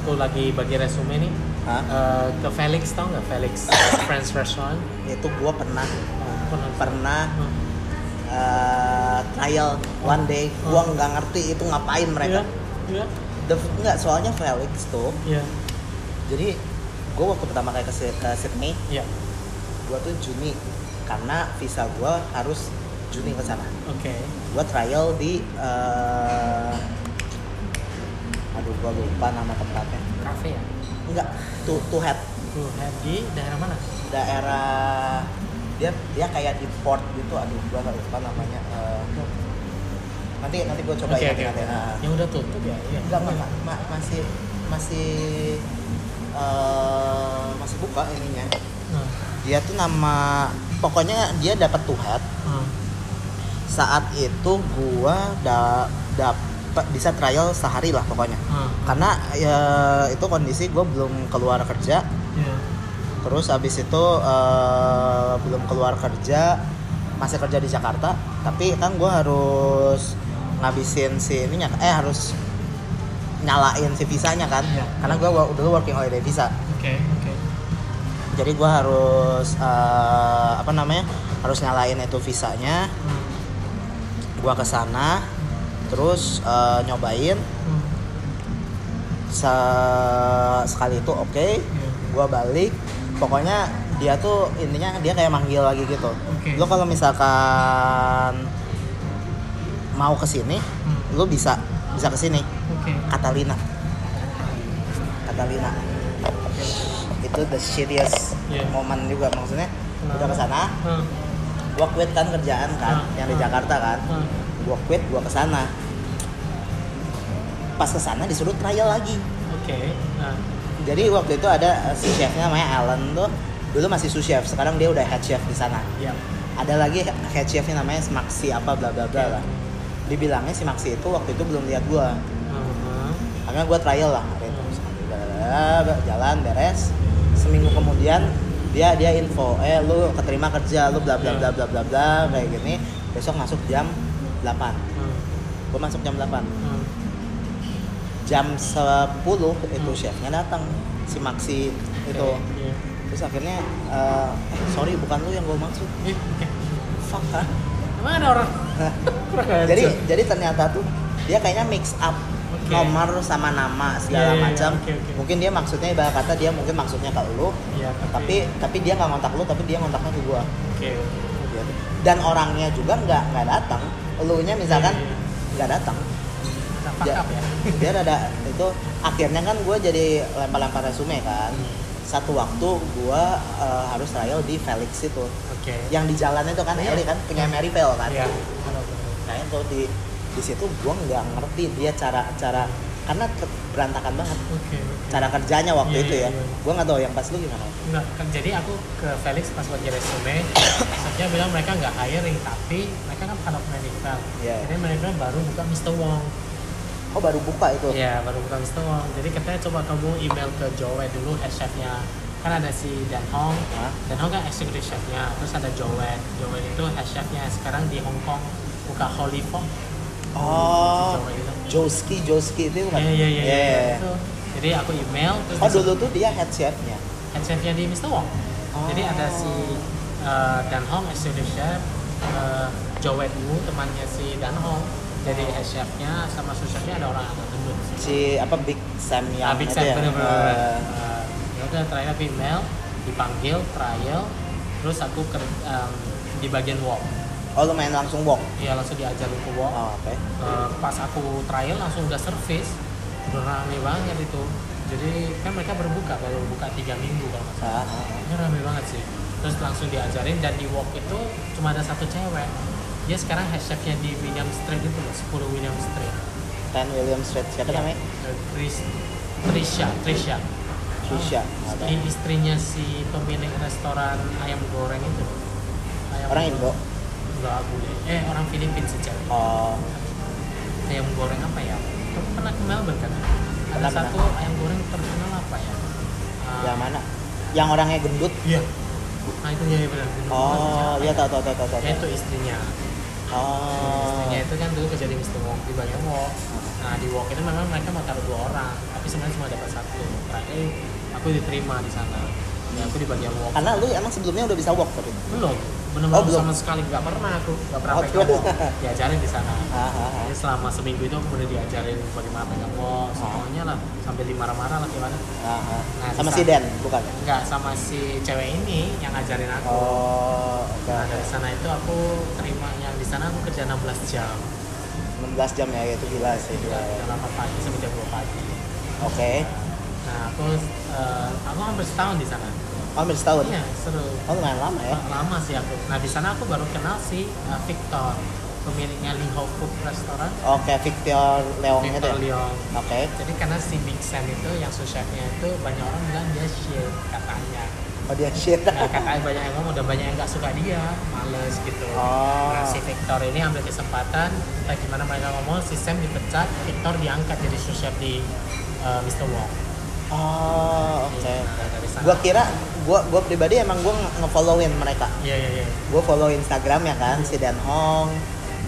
Speaker 2: aku lagi bagi resume nih
Speaker 1: Hah?
Speaker 2: eh, ke Felix tau nggak Felix French restaurant Oh,
Speaker 1: Itu gua pernah
Speaker 2: pernah
Speaker 1: pernah
Speaker 2: Hmm.
Speaker 1: eh, trial one day gua nggak ngerti itu ngapain mereka.
Speaker 2: Hmm. Iya,
Speaker 1: The, enggak, soalnya Felix tuh.
Speaker 2: iya,
Speaker 1: Jadi gua waktu pertama kali ke, Sy- ke Sydney,
Speaker 2: iya. Iya.
Speaker 1: gua tuh Juni karena visa gua harus Juni ke sana.
Speaker 2: Oke.
Speaker 1: Gua trial di eh, aduh gua lupa nama tempatnya.
Speaker 2: Cafe ya.
Speaker 1: Enggak, tuh tuh head
Speaker 2: Tuh, di daerah mana?
Speaker 1: daerah dia dia kayak di port gitu aduh gua nggak lupa namanya eh, nanti nanti gua coba
Speaker 2: Oke,
Speaker 1: ya
Speaker 2: oke.
Speaker 1: nanti nah,
Speaker 2: Yang udah tutup ya? Iya.
Speaker 1: nggak ma- ma- ma- masih masih eh, masih buka ininya
Speaker 2: Nah.
Speaker 1: dia tuh nama pokoknya dia dapat tuhat
Speaker 2: Ah.
Speaker 1: saat itu gua da, dapat bisa trial sehari lah pokoknya
Speaker 2: Ah.
Speaker 1: karena ya, itu kondisi gua belum keluar kerja
Speaker 2: Iya.
Speaker 1: terus abis itu eh, belum keluar kerja masih kerja di Jakarta tapi kan gue harus ngabisin si ininya eh harus nyalain si visanya kan
Speaker 2: Iya.
Speaker 1: karena gue dulu working holiday visa
Speaker 2: Oke, oke.
Speaker 1: jadi gue harus eh, apa namanya harus nyalain itu visanya
Speaker 2: Hmm.
Speaker 1: gue ke sana terus eh, nyobain
Speaker 2: Hmm.
Speaker 1: Se- sekali itu oke
Speaker 2: Iya.
Speaker 1: gua balik pokoknya dia tuh intinya dia kayak manggil lagi gitu
Speaker 2: Oke.
Speaker 1: lo kalau misalkan mau ke sini
Speaker 2: Hmm.
Speaker 1: lo bisa bisa ke sini
Speaker 2: Oke.
Speaker 1: Catalina Catalina itu the shittiest
Speaker 2: Iya.
Speaker 1: moment juga maksudnya
Speaker 2: Kenapa?
Speaker 1: udah ke sana
Speaker 2: Ah.
Speaker 1: gua quit kan kerjaan kan
Speaker 2: Ah.
Speaker 1: yang di
Speaker 2: Ah.
Speaker 1: Jakarta kan
Speaker 2: Ah.
Speaker 1: gua quit gua ke sana pas ke sana disuruh trial lagi
Speaker 2: Oke. Ah.
Speaker 1: Jadi waktu itu ada eh, si chefnya namanya Alan tuh dulu masih sous chef, sekarang dia udah head chef di sana.
Speaker 2: Iya.
Speaker 1: Ada lagi head chefnya namanya si Maxi apa bla bla bla lah. Dibilangnya si Maxi itu waktu itu belum lihat gua.
Speaker 2: Ah.
Speaker 1: Akhirnya gua trial lah hari itu. Bla, bla, bla, bla, Jalan beres. Seminggu kemudian dia dia info, eh lu keterima kerja, lu bla bla bla bla bla bla kayak gini. Besok masuk jam 8.
Speaker 2: Ah.
Speaker 1: Gua masuk jam 8.
Speaker 2: Ah.
Speaker 1: Jam 10 itu
Speaker 2: Hmm.
Speaker 1: chefnya datang si Maxi
Speaker 2: Oke,
Speaker 1: itu.
Speaker 2: Iya.
Speaker 1: terus akhirnya eh, eh, sorry bukan lu yang gue maksud
Speaker 2: Ih, Eh, oke.
Speaker 1: fuck ah.
Speaker 2: Emang ada orang?
Speaker 1: Nah,
Speaker 2: Kurang
Speaker 1: jadi
Speaker 2: ajar.
Speaker 1: jadi ternyata tuh dia kayaknya mix up
Speaker 2: Oke.
Speaker 1: nomor sama nama segala
Speaker 2: Iya, iya, iya.
Speaker 1: macam
Speaker 2: Oke, oke.
Speaker 1: mungkin dia maksudnya ibarat kata dia mungkin maksudnya ke lu
Speaker 2: Iya,
Speaker 1: tapi tapi dia nggak ngontak lu tapi dia ngontaknya ke gua
Speaker 2: Oke.
Speaker 1: gitu. dan orangnya juga nggak nggak datang elunya misalkan
Speaker 2: Iya,
Speaker 1: nggak datang
Speaker 2: Nah, fuck
Speaker 1: Ja-
Speaker 2: up ya.
Speaker 1: dia ada itu akhirnya kan gue jadi lempar-lempar resume kan
Speaker 2: Hmm.
Speaker 1: satu waktu gue harus trial di Felix itu
Speaker 2: Oke.
Speaker 1: yang di jalan itu kan
Speaker 2: Iya.
Speaker 1: Eli kan punya Mary Bell kan
Speaker 2: Iya.
Speaker 1: nah itu di di situ gua nggak ngerti dia cara cara karena ke- berantakan banget
Speaker 2: Oke. oke.
Speaker 1: cara kerjanya waktu
Speaker 2: Iya,
Speaker 1: itu ya
Speaker 2: iya, iya.
Speaker 1: gua nggak tahu yang pas lu gimana
Speaker 2: Enggak, kan jadi aku ke Felix pas bagi resume, maksudnya bilang mereka nggak hiring, tapi mereka kan pada manajemen.
Speaker 1: Iya.
Speaker 2: Jadi manajemen baru buka Mr. Wong.
Speaker 1: oh baru buka itu
Speaker 2: Iya, baru buka Mr. Wong. Jadi katanya coba kamu email ke Joe dulu head chefnya. Kan ada si Dan Hong,
Speaker 1: Hah?
Speaker 2: Dan Hong kan executive chefnya. Terus ada Joe, Joe itu head chefnya. Sekarang di Hong Kong buka Holy Fong.
Speaker 1: oh
Speaker 2: Joe itu.
Speaker 1: Joski Joski itu kan
Speaker 2: Iya, iya, iya.
Speaker 1: Iya,
Speaker 2: iya.
Speaker 1: iya.
Speaker 2: Itu. Jadi aku email. Terus
Speaker 1: oh
Speaker 2: disuruh-
Speaker 1: dulu tuh dia head chefnya
Speaker 2: head chefnya di Mr. Wong.
Speaker 1: Oh.
Speaker 2: Jadi ada si uh, Dan Hong executive chef, uh, Joe Wet Wu temannya si Dan Hong. Jadi
Speaker 1: Oh.
Speaker 2: head chefnya sama sous chefnya ada orang anak gendut.
Speaker 1: si apa Big Sam yang
Speaker 2: Abik
Speaker 1: itu ya
Speaker 2: saya bener-bener.
Speaker 1: Eh,
Speaker 2: Uh, ya udah terakhir aku email, dipanggil trial, terus aku ker- um, di bagian walk.
Speaker 1: oh lu main langsung walk
Speaker 2: Iya langsung diajarin ke walk.
Speaker 1: oh, oke
Speaker 2: Eh, pas aku trial langsung udah service udah rame banget itu jadi kan mereka berbuka baru buka tiga minggu kalau nggak salah
Speaker 1: Ah, ah, ah.
Speaker 2: ini rame banget sih terus langsung diajarin dan di walk itu cuma ada satu cewek dia sekarang head chefnya di William Street itu loh 10 William Street
Speaker 1: Ten William Street siapa
Speaker 2: Ya,
Speaker 1: namanya
Speaker 2: eh, Chris Trisha Trisha
Speaker 1: Trisha
Speaker 2: Oh,
Speaker 1: Oke.
Speaker 2: ini istrinya si pemilik restoran ayam goreng itu ayam
Speaker 1: Oh, orang Indo
Speaker 2: nggak boleh eh orang Filipina sejak
Speaker 1: oh
Speaker 2: ayam goreng apa ya kamu pernah ke Melbourne kan ada
Speaker 1: Pernah,
Speaker 2: satu ayam goreng terkenal apa ya Ah,
Speaker 1: yang mana yang orangnya gendut
Speaker 2: iya nah itu ya benar
Speaker 1: oh iya tau tau tau tau tau
Speaker 2: ya itu istrinya
Speaker 1: oh
Speaker 2: istrinya itu kan dulu kerja di Mr. Wong di bagian Wok nah di Wok itu memang mereka mau taruh dua orang tapi sebenarnya cuma dapat satu terakhir aku diterima di sana ya aku di bagian Wok
Speaker 1: karena lu emang sebelumnya udah bisa walk tapi
Speaker 2: belum belum
Speaker 1: Oh, belum.
Speaker 2: sama sekali nggak pernah aku nggak pernah
Speaker 1: Oh,
Speaker 2: pegang
Speaker 1: belum.
Speaker 2: Wok diajarin di sana
Speaker 1: Ah, ah, ah.
Speaker 2: Jadi selama seminggu itu aku udah diajarin bagaimana pegang wok, semuanya lah sambil dimarah-marah lah gimana.
Speaker 1: Ah, ah.
Speaker 2: Nah,
Speaker 1: sama
Speaker 2: bisa.
Speaker 1: si Dan bukan
Speaker 2: Enggak sama si cewek ini yang ngajarin aku.
Speaker 1: oh oke
Speaker 2: Nah,
Speaker 1: oke.
Speaker 2: dari sana itu aku terima yang di sana aku kerja 16 jam.
Speaker 1: 16 jam ya itu gila sih
Speaker 2: Dari
Speaker 1: gila ya.
Speaker 2: jam 8 pagi sampai jam 2 pagi.
Speaker 1: oke
Speaker 2: Nah, aku eh, aku hampir setahun di sana.
Speaker 1: Oh, hampir setahun
Speaker 2: Iya, seru.
Speaker 1: oh lumayan lama ya
Speaker 2: Lama sih aku. Nah, di sana aku baru kenal si eh, Victor, pemiliknya Lee Ho Food Restaurant.
Speaker 1: oke Victor Leong itu
Speaker 2: Victor
Speaker 1: ya?
Speaker 2: Leong.
Speaker 1: oke
Speaker 2: Jadi karena si Big Sam itu yang sous chefnya itu banyak orang bilang dia shit katanya.
Speaker 1: oh dia shit
Speaker 2: Nah, katanya banyak yang ngomong udah banyak yang nggak suka dia, males gitu.
Speaker 1: Oh.
Speaker 2: Nah, si Victor ini ambil kesempatan, entah gimana mereka ngomong, si Sam dipecat, Victor diangkat jadi sous chef di uh, Mr. Wong.
Speaker 1: oh oke
Speaker 2: Nah, dari sana.
Speaker 1: gua kira gua gua pribadi emang gua nge- ngefollowin mereka
Speaker 2: Iya, iya, iya.
Speaker 1: gue follow Instagram ya kan si Dan Hong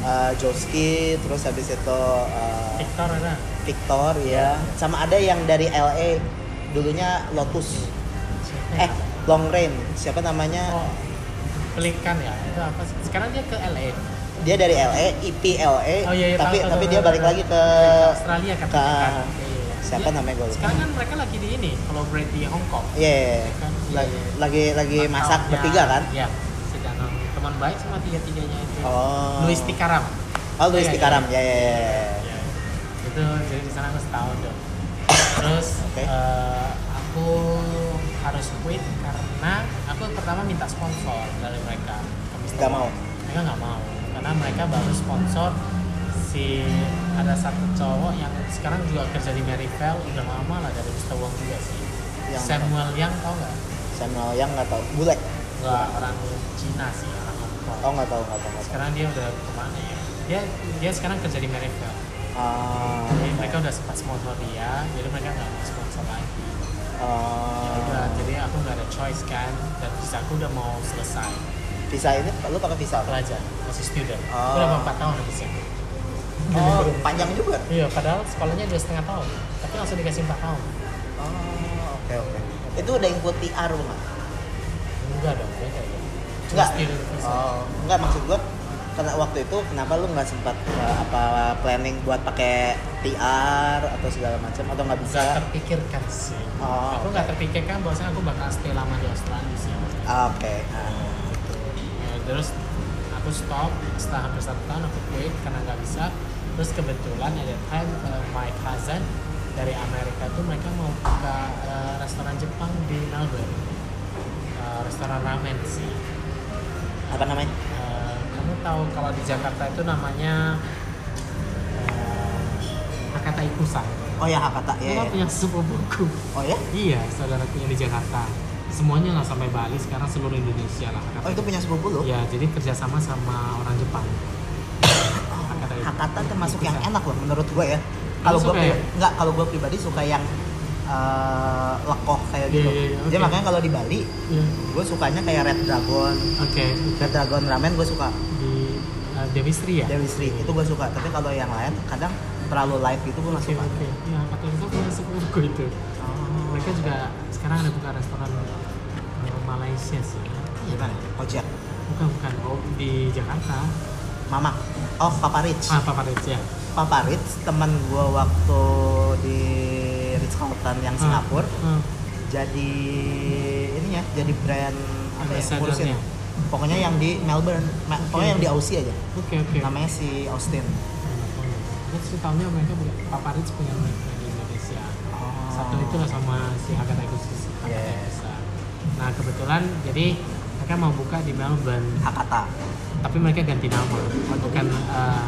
Speaker 1: uh, Joski terus habis itu uh,
Speaker 2: Victor ada.
Speaker 1: Victor ya sama ada yang dari LA dulunya Lotus
Speaker 2: Siapa ya?
Speaker 1: eh Long Rain siapa namanya
Speaker 2: Oh, pelikan ya. Itu apa sih? Sekarang dia ke LA.
Speaker 1: dia dari LA IP LA
Speaker 2: Oh, iya, iya,
Speaker 1: tapi
Speaker 2: tahu, tahu,
Speaker 1: tapi
Speaker 2: tahu,
Speaker 1: dia
Speaker 2: tahu,
Speaker 1: balik
Speaker 2: tahu.
Speaker 1: lagi ke
Speaker 2: Australia
Speaker 1: ke
Speaker 2: katanya kan. Iya.
Speaker 1: Nah, siapa
Speaker 2: Dia-
Speaker 1: namanya gue lupa
Speaker 2: Sekarang kan mereka lagi di ini, collaborate di Hong Kong.
Speaker 1: Iya, iya, iya.
Speaker 2: Kan?
Speaker 1: La-
Speaker 2: Iya, iya.
Speaker 1: lagi lagi masak
Speaker 2: Mantapnya.
Speaker 1: bertiga kan
Speaker 2: Iya, sedang teman baik sama tiga-tiganya itu.
Speaker 1: Oh.
Speaker 2: Luis Tikaram.
Speaker 1: oh Luis
Speaker 2: Iya, iya,
Speaker 1: Tikaram ya
Speaker 2: iya.
Speaker 1: ya ya, ya.
Speaker 2: Iya. Itu jadi di sana aku setahun tuh. Terus
Speaker 1: Oke.
Speaker 2: eh, aku harus quit karena aku pertama minta sponsor dari mereka. ke Mr.
Speaker 1: Nggak mau.
Speaker 2: Mereka nggak mau karena mereka baru sponsor si ada satu cowok yang sekarang juga kerja di Merivale udah lama lah dari Mr. Wong juga sih.
Speaker 1: Yang-
Speaker 2: Samuel Yang tau nggak?
Speaker 1: Samuel yang nggak tahu bule
Speaker 2: Nggak, orang Cina sih orang Hong Kong.
Speaker 1: oh nggak tahu nggak tahu nggak tahu
Speaker 2: Sekarang dia udah kemana ya? Dia dia sekarang kerja di Merivale.
Speaker 1: Ah,
Speaker 2: Jadi
Speaker 1: oke.
Speaker 2: mereka udah sempat sponsor dia, jadi mereka nggak mau sponsor lagi. Ya udah,
Speaker 1: Oh,
Speaker 2: jadi aku nggak ada choice kan, dan visa aku udah mau selesai
Speaker 1: visa ini lu pakai visa apa?
Speaker 2: pelajar, masih student.
Speaker 1: Oh.
Speaker 2: Aku udah 4 tahun habisnya.
Speaker 1: Oh, panjang juga.
Speaker 2: Iya, padahal sekolahnya dua setengah tahun, tapi langsung dikasih 4 tahun.
Speaker 1: Oh, oke oke. Itu udah ikut TR lu nggak?
Speaker 2: Enggak dong, beda ya. Cuma
Speaker 1: Nggak.
Speaker 2: student visa.
Speaker 1: Oh, nggak maksud gua karena waktu itu kenapa lu nggak sempat eh, apa planning buat pakai TR atau segala macam atau nggak bisa?
Speaker 2: Nggak terpikirkan sih.
Speaker 1: Oh,
Speaker 2: Aku nggak terpikirkan bahwasanya aku bakal stay lama di Australia sih.
Speaker 1: Ah, oke. Ah,
Speaker 2: Ya, terus aku stop setelah hampir satu tahun aku quit karena nggak bisa terus kebetulan at that time uh, my cousin dari Amerika tuh mereka mau buka uh, restoran Jepang di Melbourne Uh, restoran ramen sih
Speaker 1: apa namanya?
Speaker 2: Uh, kamu tahu kalau di Jakarta itu namanya uh, Hakata Ikusan
Speaker 1: Oh ya Hakata ya.
Speaker 2: Mereka
Speaker 1: ya.
Speaker 2: punya sepupuku
Speaker 1: Oh ya?
Speaker 2: iya saudaraku yang di Jakarta semuanya nggak sampai Bali sekarang seluruh Indonesia lah Hakata
Speaker 1: Oh itu punya sepupu lu?
Speaker 2: Ya, jadi kerjasama sama orang Jepang. Hakata itu.
Speaker 1: Oh, Hakata termasuk
Speaker 2: Itu
Speaker 1: yang
Speaker 2: bisa.
Speaker 1: enak loh menurut gua ya. Kalau gua
Speaker 2: suka ya?
Speaker 1: pri- nggak kalau gua pribadi suka yang eh, lekoh kayak
Speaker 2: Iya,
Speaker 1: gitu.
Speaker 2: iya, iya,
Speaker 1: Jadi
Speaker 2: oke.
Speaker 1: makanya kalau di Bali
Speaker 2: Iya.
Speaker 1: gue sukanya kayak Red Dragon
Speaker 2: Oke,
Speaker 1: Red Dragon Ramen gue suka
Speaker 2: di uh, Dewi Sri ya?
Speaker 1: Dewi Sri itu gue suka tapi kalau yang lain kadang terlalu live itu gue nggak
Speaker 2: Oke,
Speaker 1: suka
Speaker 2: oke. Ya, Hakata itu punya sepupuku itu.
Speaker 1: oh,
Speaker 2: Mereka juga sekarang ada buka restoran uh, Malaysia sih.
Speaker 1: gimana Kocak
Speaker 2: Bukan, bukan. Oh, di Jakarta.
Speaker 1: Mama oh Papa Rich
Speaker 2: Ah, Papa Rich ya.
Speaker 1: Papa Rich teman gue waktu di Ritz Carlton yang Singapura
Speaker 2: Ah, ah.
Speaker 1: jadi ini ya jadi brand apa ya
Speaker 2: Ambassador-nya.
Speaker 1: ngurusin pokoknya yang di Melbourne Ma- pokoknya yang di Aussie aja
Speaker 2: Oke, oke.
Speaker 1: namanya si Austin
Speaker 2: Terus tahunnya mereka punya, Papa Rich punya mereka di Indonesia.
Speaker 1: oh.
Speaker 2: satu itu lah sama si Agatha Ikusis
Speaker 1: Iya.
Speaker 2: nah kebetulan jadi mereka mau buka di Melbourne
Speaker 1: Hakata
Speaker 2: Ah. tapi mereka ganti nama bukan eh,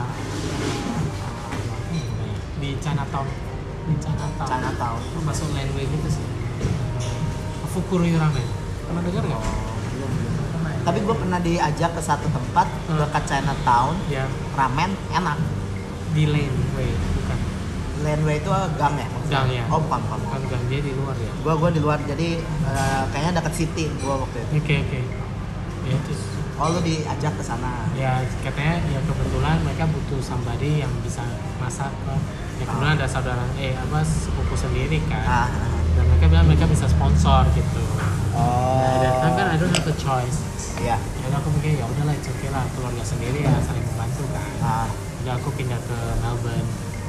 Speaker 2: di Chinatown di Chinatown
Speaker 1: Chinatown
Speaker 2: Itu masuk laneway gitu sih Fukuri Ramen pernah dengar nggak?
Speaker 1: Oh, Belum, belum. tapi gue pernah diajak ke satu tempat
Speaker 2: Hmm.
Speaker 1: dekat Chinatown
Speaker 2: ya
Speaker 1: ramen enak
Speaker 2: di lane way bukan
Speaker 1: Landway itu gang ya maksudnya?
Speaker 2: gang ya
Speaker 1: oh bukan bukan, bukan.
Speaker 2: bukan gang dia di luar ya
Speaker 1: gue gue di luar jadi eh, kayaknya dekat city gue waktu itu
Speaker 2: oke oke ya terus
Speaker 1: oh lu diajak ke sana
Speaker 2: ya katanya ya kebetulan mereka butuh somebody yang bisa masak kan. ya kebetulan ada saudara eh apa sepupu sendiri kan
Speaker 1: ah ah.
Speaker 2: dan mereka bilang mereka bisa sponsor gitu nah, dan
Speaker 1: oh
Speaker 2: kan I don't have a choice
Speaker 1: iya
Speaker 2: ya udah aku pikir ya udahlah it's okay lah keluarga sendiri ya saling membantu kan
Speaker 1: Ah,
Speaker 2: udah aku pindah ke Melbourne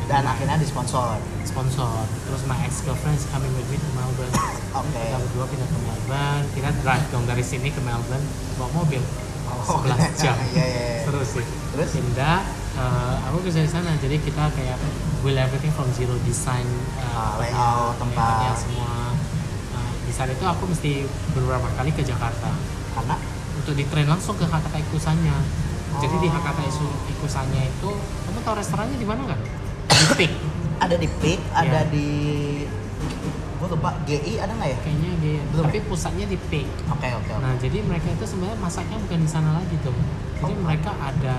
Speaker 1: dan akhirnya disponsor
Speaker 2: sponsor terus my ex girlfriend is coming with me to Melbourne
Speaker 1: oke
Speaker 2: kita berdua pindah ke Melbourne kita drive dong dari sini ke Melbourne bawa mobil
Speaker 1: Oh,
Speaker 2: 11 jam
Speaker 1: iya, iya, iya.
Speaker 2: seru sih
Speaker 1: Terus?
Speaker 2: pindah eh, aku kerja di sana jadi kita kayak build everything from zero design
Speaker 1: Ah,
Speaker 2: eh,
Speaker 1: layout, tempat.
Speaker 2: layoutnya semua Nah, di saat itu aku mesti beberapa kali ke Jakarta
Speaker 1: karena
Speaker 2: untuk di train langsung ke Hakata Ikusannya. Jadi
Speaker 1: Oh.
Speaker 2: di Hakata Isu- Ikusannya itu, kamu tahu restorannya di mana nggak? Di Pik.
Speaker 1: ada di Pick, ada
Speaker 2: Iya.
Speaker 1: di gue lupa GI ada nggak ya?
Speaker 2: Kayaknya dia.
Speaker 1: Belum.
Speaker 2: Tapi pusatnya di Pik.
Speaker 1: Oke oke. oke.
Speaker 2: Nah, jadi mereka itu sebenarnya masaknya bukan di sana lagi tuh. Jadi
Speaker 1: Oh.
Speaker 2: mereka ada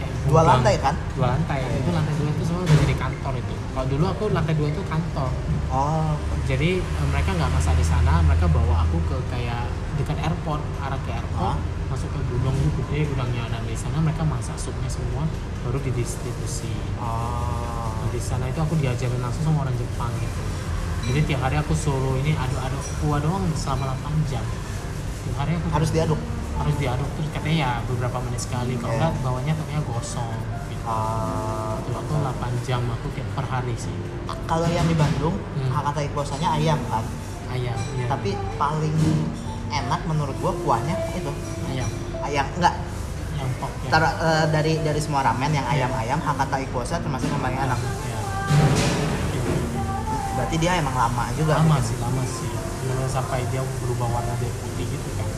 Speaker 2: kayak
Speaker 1: Dua
Speaker 2: gudang.
Speaker 1: lantai kan?
Speaker 2: Dua lantai. Itu lantai dua itu semua udah jadi kantor itu. Kalau dulu aku lantai dua itu kantor.
Speaker 1: Oh
Speaker 2: Jadi eh, mereka nggak masak di sana, mereka bawa aku ke kayak dekat airport, arah ke
Speaker 1: Ah.
Speaker 2: airport, masuk ke gudang itu gede gudangnya dan di sana mereka masak supnya semua baru didistribusi.
Speaker 1: oh.
Speaker 2: Nah, di sana itu aku diajarin langsung sama orang Jepang gitu. Jadi tiap hari aku suruh ini aduk-aduk kuah doang selama 8 jam. Tiap hari aku
Speaker 1: Harus diaduk.
Speaker 2: harus diaduk terus katanya ya beberapa menit sekali kalau
Speaker 1: Iya.
Speaker 2: nggak bawahnya katanya gosong gitu.
Speaker 1: Oh.
Speaker 2: Itu aku 8 jam aku kayak per hari sih
Speaker 1: Kalau yang di Bandung,
Speaker 2: Hmm.
Speaker 1: kata kuasanya ayam kan.
Speaker 2: ayam iya.
Speaker 1: Tapi paling enak menurut gue kuahnya itu
Speaker 2: ayam
Speaker 1: ayam enggak
Speaker 2: ayam pok ya.
Speaker 1: taruh, eh, dari dari semua ramen yang ayam-ayam Hakata Ikuasa termasuk yang paling enak
Speaker 2: Ya.
Speaker 1: berarti dia emang lama juga
Speaker 2: Lama sih, lama sih. Bener-bener sampai dia berubah warna dari putih gitu kan.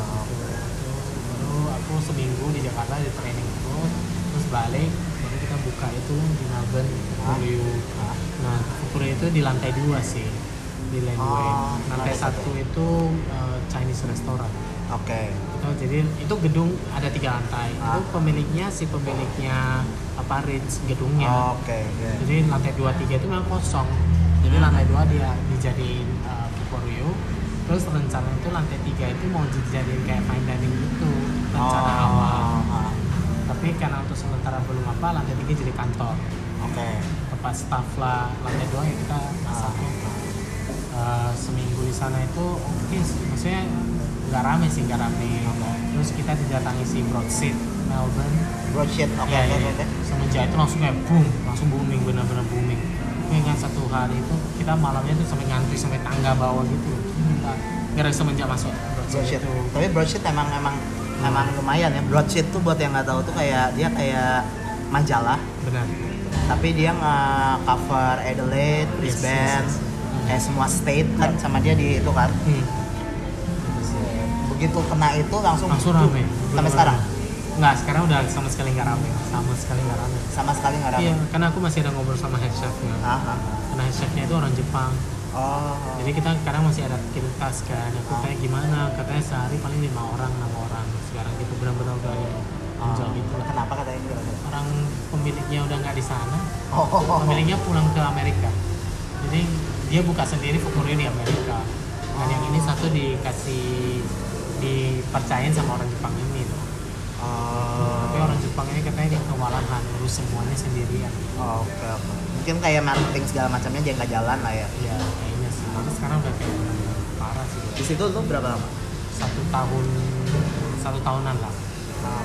Speaker 1: Oh.
Speaker 2: Gitu. Baru aku seminggu di Jakarta di training terus, terus balik, baru kita buka itu di Melbourne, Fukurio.
Speaker 1: Ah.
Speaker 2: Nah, Fukurio itu di lantai dua sih, di Landway.
Speaker 1: Oh,
Speaker 2: lantai
Speaker 1: lantai
Speaker 2: satu itu eh, Chinese restaurant.
Speaker 1: oke
Speaker 2: Oh, jadi itu gedung ada tiga lantai.
Speaker 1: Ah.
Speaker 2: Itu pemiliknya si pemiliknya apa Ritz gedungnya.
Speaker 1: oke iya.
Speaker 2: Jadi lantai 2, 3 itu memang kosong. Jadi
Speaker 1: Hmm.
Speaker 2: lantai 2 dia dijadiin uh, Fukurio. Terus rencana itu lantai 3 itu mau dijadiin kayak fine dining gitu. Rencana
Speaker 1: Oh,
Speaker 2: awal.
Speaker 1: ah,
Speaker 2: Tapi karena untuk sementara belum apa, lantai 3 jadi kantor.
Speaker 1: oke
Speaker 2: Tempat staff lah. Lantai 2 ya kita masak.
Speaker 1: Ah.
Speaker 2: Uh, seminggu di sana itu oke sih. Maksudnya nggak rame sih, nggak rame. Terus kita didatangi si Broadseat Melbourne.
Speaker 1: Bro shit, oke
Speaker 2: Ya,
Speaker 1: oke
Speaker 2: ya,
Speaker 1: oke.
Speaker 2: ya. Semenjak itu langsung kayak boom, langsung booming, benar-benar booming. Gue ingat satu hari itu kita malamnya tuh sampai ngantri sampai tangga bawah gitu. Nah, Gara semenjak masuk
Speaker 1: Bro
Speaker 2: Broadsheet
Speaker 1: Hmm. shit.
Speaker 2: itu.
Speaker 1: Tapi bro shit emang emang emang lumayan ya. Bro shit tuh buat yang nggak tahu tuh kayak dia kayak majalah,
Speaker 2: Benar. Hmm.
Speaker 1: tapi dia nge-cover Adelaide,
Speaker 2: Yes,
Speaker 1: Brisbane,
Speaker 2: yes, yes.
Speaker 1: kayak semua state kan sama dia di itu kan.
Speaker 2: Hmm.
Speaker 1: Begitu kena itu langsung
Speaker 2: Langsung rame.
Speaker 1: Sampai sekarang
Speaker 2: Enggak, sekarang udah sama sekali nggak rame. Sama sekali nggak rame.
Speaker 1: sama sekali nggak ada.
Speaker 2: Iya, karena aku masih ada ngobrol sama head chef-nya.
Speaker 1: Ah, ah.
Speaker 2: Karena head chef-nya itu orang Jepang.
Speaker 1: Oh.
Speaker 2: Jadi kita kadang masih ada aktivitas kan. Aku
Speaker 1: Ah.
Speaker 2: kayak gimana? Katanya sehari paling lima orang, enam orang. Sekarang gitu benar-benar udah
Speaker 1: Oh.
Speaker 2: jauh gitu lah.
Speaker 1: Kenapa katanya gitu?
Speaker 2: orang pemiliknya udah nggak di sana
Speaker 1: Oh, oh, oh.
Speaker 2: pemiliknya pulang ke Amerika jadi dia buka sendiri Fukurio di Amerika dan yang ini satu dikasih dipercayain sama orang Jepang ini loh tapi
Speaker 1: Oh.
Speaker 2: orang Jepang ini katanya dia kewalahan ngurus semuanya sendirian
Speaker 1: Oke, oke. Mungkin kayak marketing segala macamnya dia nggak jalan lah ya.
Speaker 2: ya kayaknya sih tapi sekarang udah kayak bener-bener parah sih
Speaker 1: Di situ lu berapa lama?
Speaker 2: satu tahun satu tahunan lah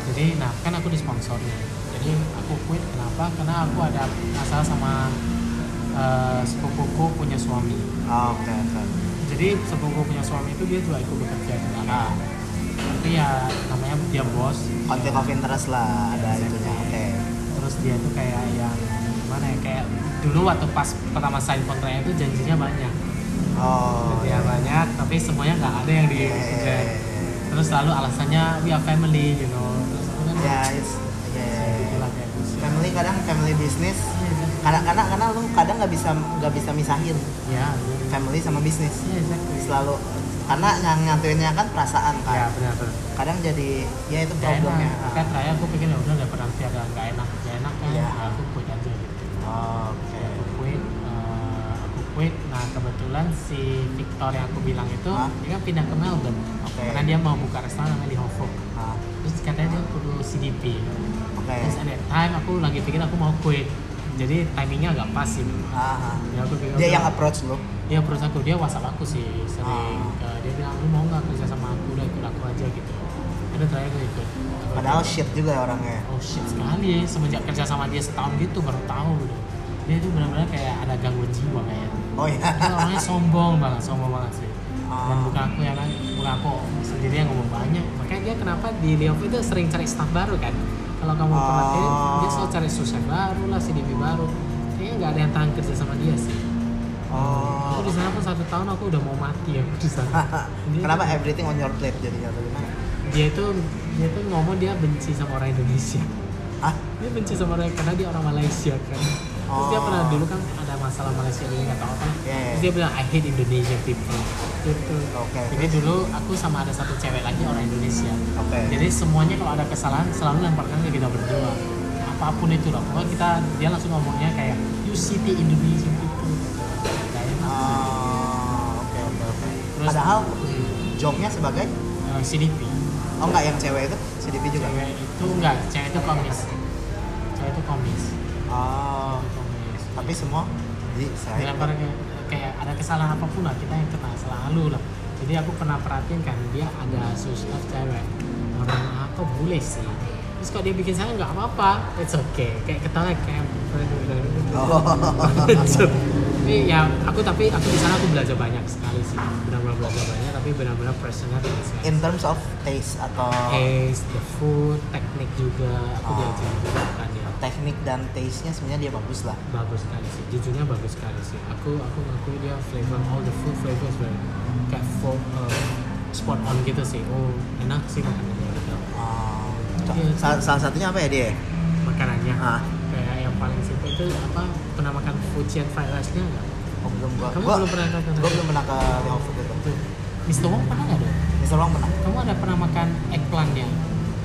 Speaker 2: jadi nah kan aku di sponsornya jadi aku quit kenapa karena aku ada masalah sama eh, sepupuku punya suami
Speaker 1: Oh, Oke, oke.
Speaker 2: jadi sepupu punya suami itu dia juga ikut bekerja di
Speaker 1: Nah,
Speaker 2: tapi ya namanya dia bos
Speaker 1: konflik of interest lah ada itunya. Oke.
Speaker 2: terus dia tuh kayak yang gimana ya kayak dulu waktu pas pertama sign kontraknya itu janjinya banyak
Speaker 1: Oh.
Speaker 2: ya banyak tapi semuanya nggak ada yang di
Speaker 1: Ya,
Speaker 2: terus selalu alasannya we are family you know terus aku kan
Speaker 1: ya, it's- ya, ya,
Speaker 2: gitu
Speaker 1: ya.
Speaker 2: lah kayak gitu sih.
Speaker 1: Family kadang family business.
Speaker 2: Iya,
Speaker 1: Karena karena karena lu kadang nggak bisa nggak bisa misahin
Speaker 2: ya, ya.
Speaker 1: family sama bisnis.
Speaker 2: Iya, exactly.
Speaker 1: Selalu karena yang nyantuinnya kan perasaan kan
Speaker 3: ya benar benar
Speaker 1: kadang jadi ya itu
Speaker 2: Gak enak.
Speaker 1: problemnya
Speaker 2: Kan terakhir aku pikir ya udah daripada nanti ada nggak enak, nggak enak kan,
Speaker 1: Iya.
Speaker 2: nah, aku quit aja gitu.
Speaker 1: Ah, oke
Speaker 2: Aku quit, eh, aku quit. Nah kebetulan si Victor yang aku bilang itu,
Speaker 1: Hah?
Speaker 2: dia kan pindah ke Melbourne.
Speaker 1: Oke.
Speaker 2: Karena dia mau buka restoran namanya di Hofok.
Speaker 1: Ah,
Speaker 2: Terus katanya dia perlu CDP.
Speaker 1: oke
Speaker 2: Terus at that time aku lagi pikir aku mau quit. Jadi timingnya agak pas sih.
Speaker 1: Ah, ah.
Speaker 2: Ya, aku pikir,
Speaker 1: dia
Speaker 2: udah.
Speaker 1: yang approach lo
Speaker 2: Dia perut aku, dia whatsapp aku sih sering.
Speaker 1: Ah.
Speaker 2: Eh, dia bilang, lu mau nggak kerja sama aku? Udah ikut aku aja gitu. Ada terakhir aku ikut. Aku
Speaker 1: padahal
Speaker 2: ikut.
Speaker 1: shit juga orangnya
Speaker 2: oh shit sekali ya. Semenjak kerja sama dia setahun gitu baru tahu. loh. Dia tuh benar-benar kayak ada gangguan jiwa kayak.
Speaker 1: oh iya
Speaker 2: Dia orangnya sombong banget, sombong banget sih. Dan
Speaker 1: Ah.
Speaker 2: bukan aku yang bukan aku sendiri yang ngomong banyak. Makanya dia kenapa di Leo itu sering cari staff baru kan? Kalau kamu
Speaker 1: Ah.
Speaker 2: perhatiin, dia selalu cari susah baru lah, CDP baru. Kayaknya nggak ada yang tahan kerja sama dia sih.
Speaker 1: oh
Speaker 2: Aku di sana pun satu tahun aku udah mau mati aku di sana. Dia-
Speaker 1: kenapa everything on your plate jadinya atau gimana
Speaker 2: Dia itu dia tuh ngomong dia benci sama orang Indonesia.
Speaker 1: ah
Speaker 2: Dia benci sama orang karena dia orang Malaysia kan. Terus dia
Speaker 1: Oh.
Speaker 2: pernah dulu kan ada masalah Malaysia dulu nggak tahu apa.
Speaker 1: Iya,
Speaker 2: Terus
Speaker 1: iya.
Speaker 2: dia bilang I hate Indonesian people. Gitu.
Speaker 1: Oke,
Speaker 2: Jadi dulu aku sama ada satu cewek lagi orang Indonesia.
Speaker 1: oke
Speaker 2: Jadi semuanya kalau ada kesalahan selalu lemparkan ke kita berdua. Apapun itu loh. Pokoknya kita dia langsung ngomongnya kayak you city Indonesian people. Kayak
Speaker 1: Ah, oke oke oke
Speaker 2: Terus- Hmm.
Speaker 1: padahal jobnya sebagai
Speaker 2: eh, CDP.
Speaker 1: oh enggak yang cewek itu CDP juga
Speaker 2: cewek itu enggak cewek itu komis cewek itu komis
Speaker 1: oh
Speaker 2: komis
Speaker 1: tapi semua di saya
Speaker 2: dilempar ke, kayak ada kesalahan apapun lah kita yang kena selalu lah jadi aku pernah perhatiin kan dia ada susah cewek orang aku boleh sih terus kalau dia bikin saya nggak apa-apa it's okay kayak ketawa kayak
Speaker 1: Oh.
Speaker 2: Hancur. tapi ya aku tapi aku di sana aku belajar banyak sekali sih benar-benar belajar banyak tapi benar-benar personal tinggi sekali
Speaker 1: in terms of taste atau
Speaker 2: taste, the food, teknik juga aku
Speaker 1: Oh.
Speaker 2: diajarin juga kan ya.
Speaker 1: teknik dan taste-nya sebenarnya dia bagus lah
Speaker 2: Bagus sekali sih, jujurnya bagus sekali sih. Aku aku ngaku dia flavor all the food flavors very kayak for, uh, spot on gitu sih. Oh enak sih makanannya gitu.
Speaker 1: Ah,
Speaker 2: Iya,
Speaker 1: salah, salah satunya apa ya dia
Speaker 2: Makanannya
Speaker 1: Ah.
Speaker 2: kayak yang paling simple itu apa pernah makan Fujian fried rice nya nggak?
Speaker 1: oh, belum gua
Speaker 2: Kamu
Speaker 1: gua,
Speaker 2: belum pernah makan?
Speaker 1: gua belum pernah ke Tiongkok itu
Speaker 2: Itu. Mr. Wong pernah nggak dong?
Speaker 1: Mister Wong pernah
Speaker 2: Kamu ada pernah makan eggplant yang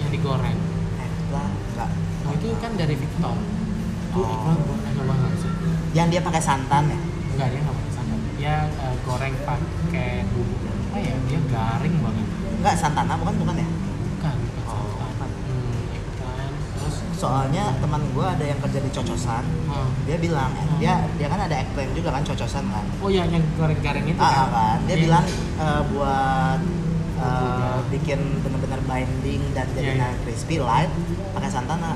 Speaker 2: yang digoreng?
Speaker 1: eh lah enggak
Speaker 2: Nah, itu kan dari Victor. Itu
Speaker 1: Oh.
Speaker 2: eggplant enak banget sih.
Speaker 1: yang dia pakai santan ya
Speaker 2: Enggak, dia nggak pakai santan. Dia eh, goreng pakai bumbu apa ya? Dia garing banget.
Speaker 1: enggak santan apa kan bukan ya
Speaker 2: Bukan, bukan
Speaker 1: Oh.
Speaker 2: santan. Hmm, ikan. Terus,
Speaker 1: soalnya teman gua ada yang kerja di cocosan
Speaker 2: ah.
Speaker 1: dia bilang eh, dia dia kan ada eggplant juga kan cocosan kan
Speaker 2: oh ya, yang goreng-goreng itu
Speaker 1: ah, ah,
Speaker 2: kan?
Speaker 1: kan dia
Speaker 2: Iya.
Speaker 1: bilang eh, buat eh,
Speaker 2: Bumbunya.
Speaker 1: bikin bener-bener binding dan jadi
Speaker 2: Iya, iya.
Speaker 1: crispy light pakai santan ah.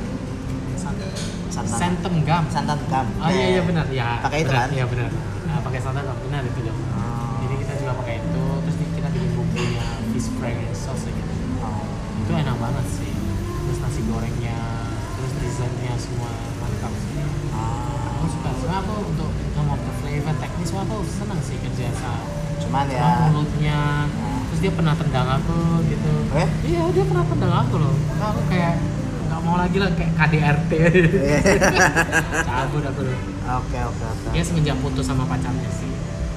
Speaker 1: santan santan
Speaker 2: Santan gam.
Speaker 1: santan gam
Speaker 2: Oh iya, iya benar. Ya,
Speaker 1: Pakai itu
Speaker 2: benar,
Speaker 1: kan?
Speaker 2: Iya benar. Ah, pakai santan gam, benar itu gam.
Speaker 1: Oh.
Speaker 2: Jadi kita juga pakai itu, terus di- kita bikin bumbunya fish fry and sauce gitu.
Speaker 1: Oh.
Speaker 2: Itu enak banget sih. Terus nasi gorengnya, terus desainnya semua mantap sih. aku suka sebenarnya aku untuk ngomong ke flavor teknis wah, aku senang sih kerja sama
Speaker 1: cuman ya
Speaker 2: Cuma mulutnya terus dia pernah tendang aku gitu
Speaker 1: Eh?
Speaker 2: iya dia pernah tendang aku loh nah, aku kayak nggak mau lagi lah kayak KDRT cabut aku loh
Speaker 1: oke oke oke
Speaker 2: dia semenjak putus sama pacarnya sih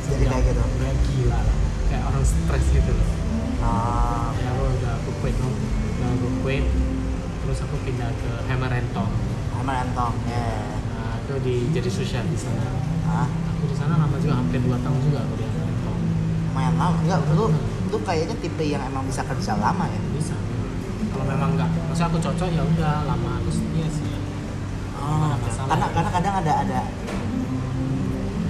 Speaker 1: Jadi kayak gitu?
Speaker 2: udah gila lah kayak orang stres gitu loh
Speaker 1: Ah,
Speaker 2: ya aku udah aku quit loh udah aku quit terus aku pindah ke Hammer and Tong
Speaker 1: sama rentong ya
Speaker 2: nah, aku di jadi sosial di sana
Speaker 1: ah
Speaker 2: aku di sana lama juga hampir 2 tahun juga aku di Amerika
Speaker 1: lumayan lama enggak lu lu kayaknya tipe yang emang bisa kerja lama ya
Speaker 2: bisa kalau memang nggak maksudnya aku cocok ya udah lama aku setia sih
Speaker 1: Oh,
Speaker 2: Ada masalah.
Speaker 1: karena karena kadang ada ada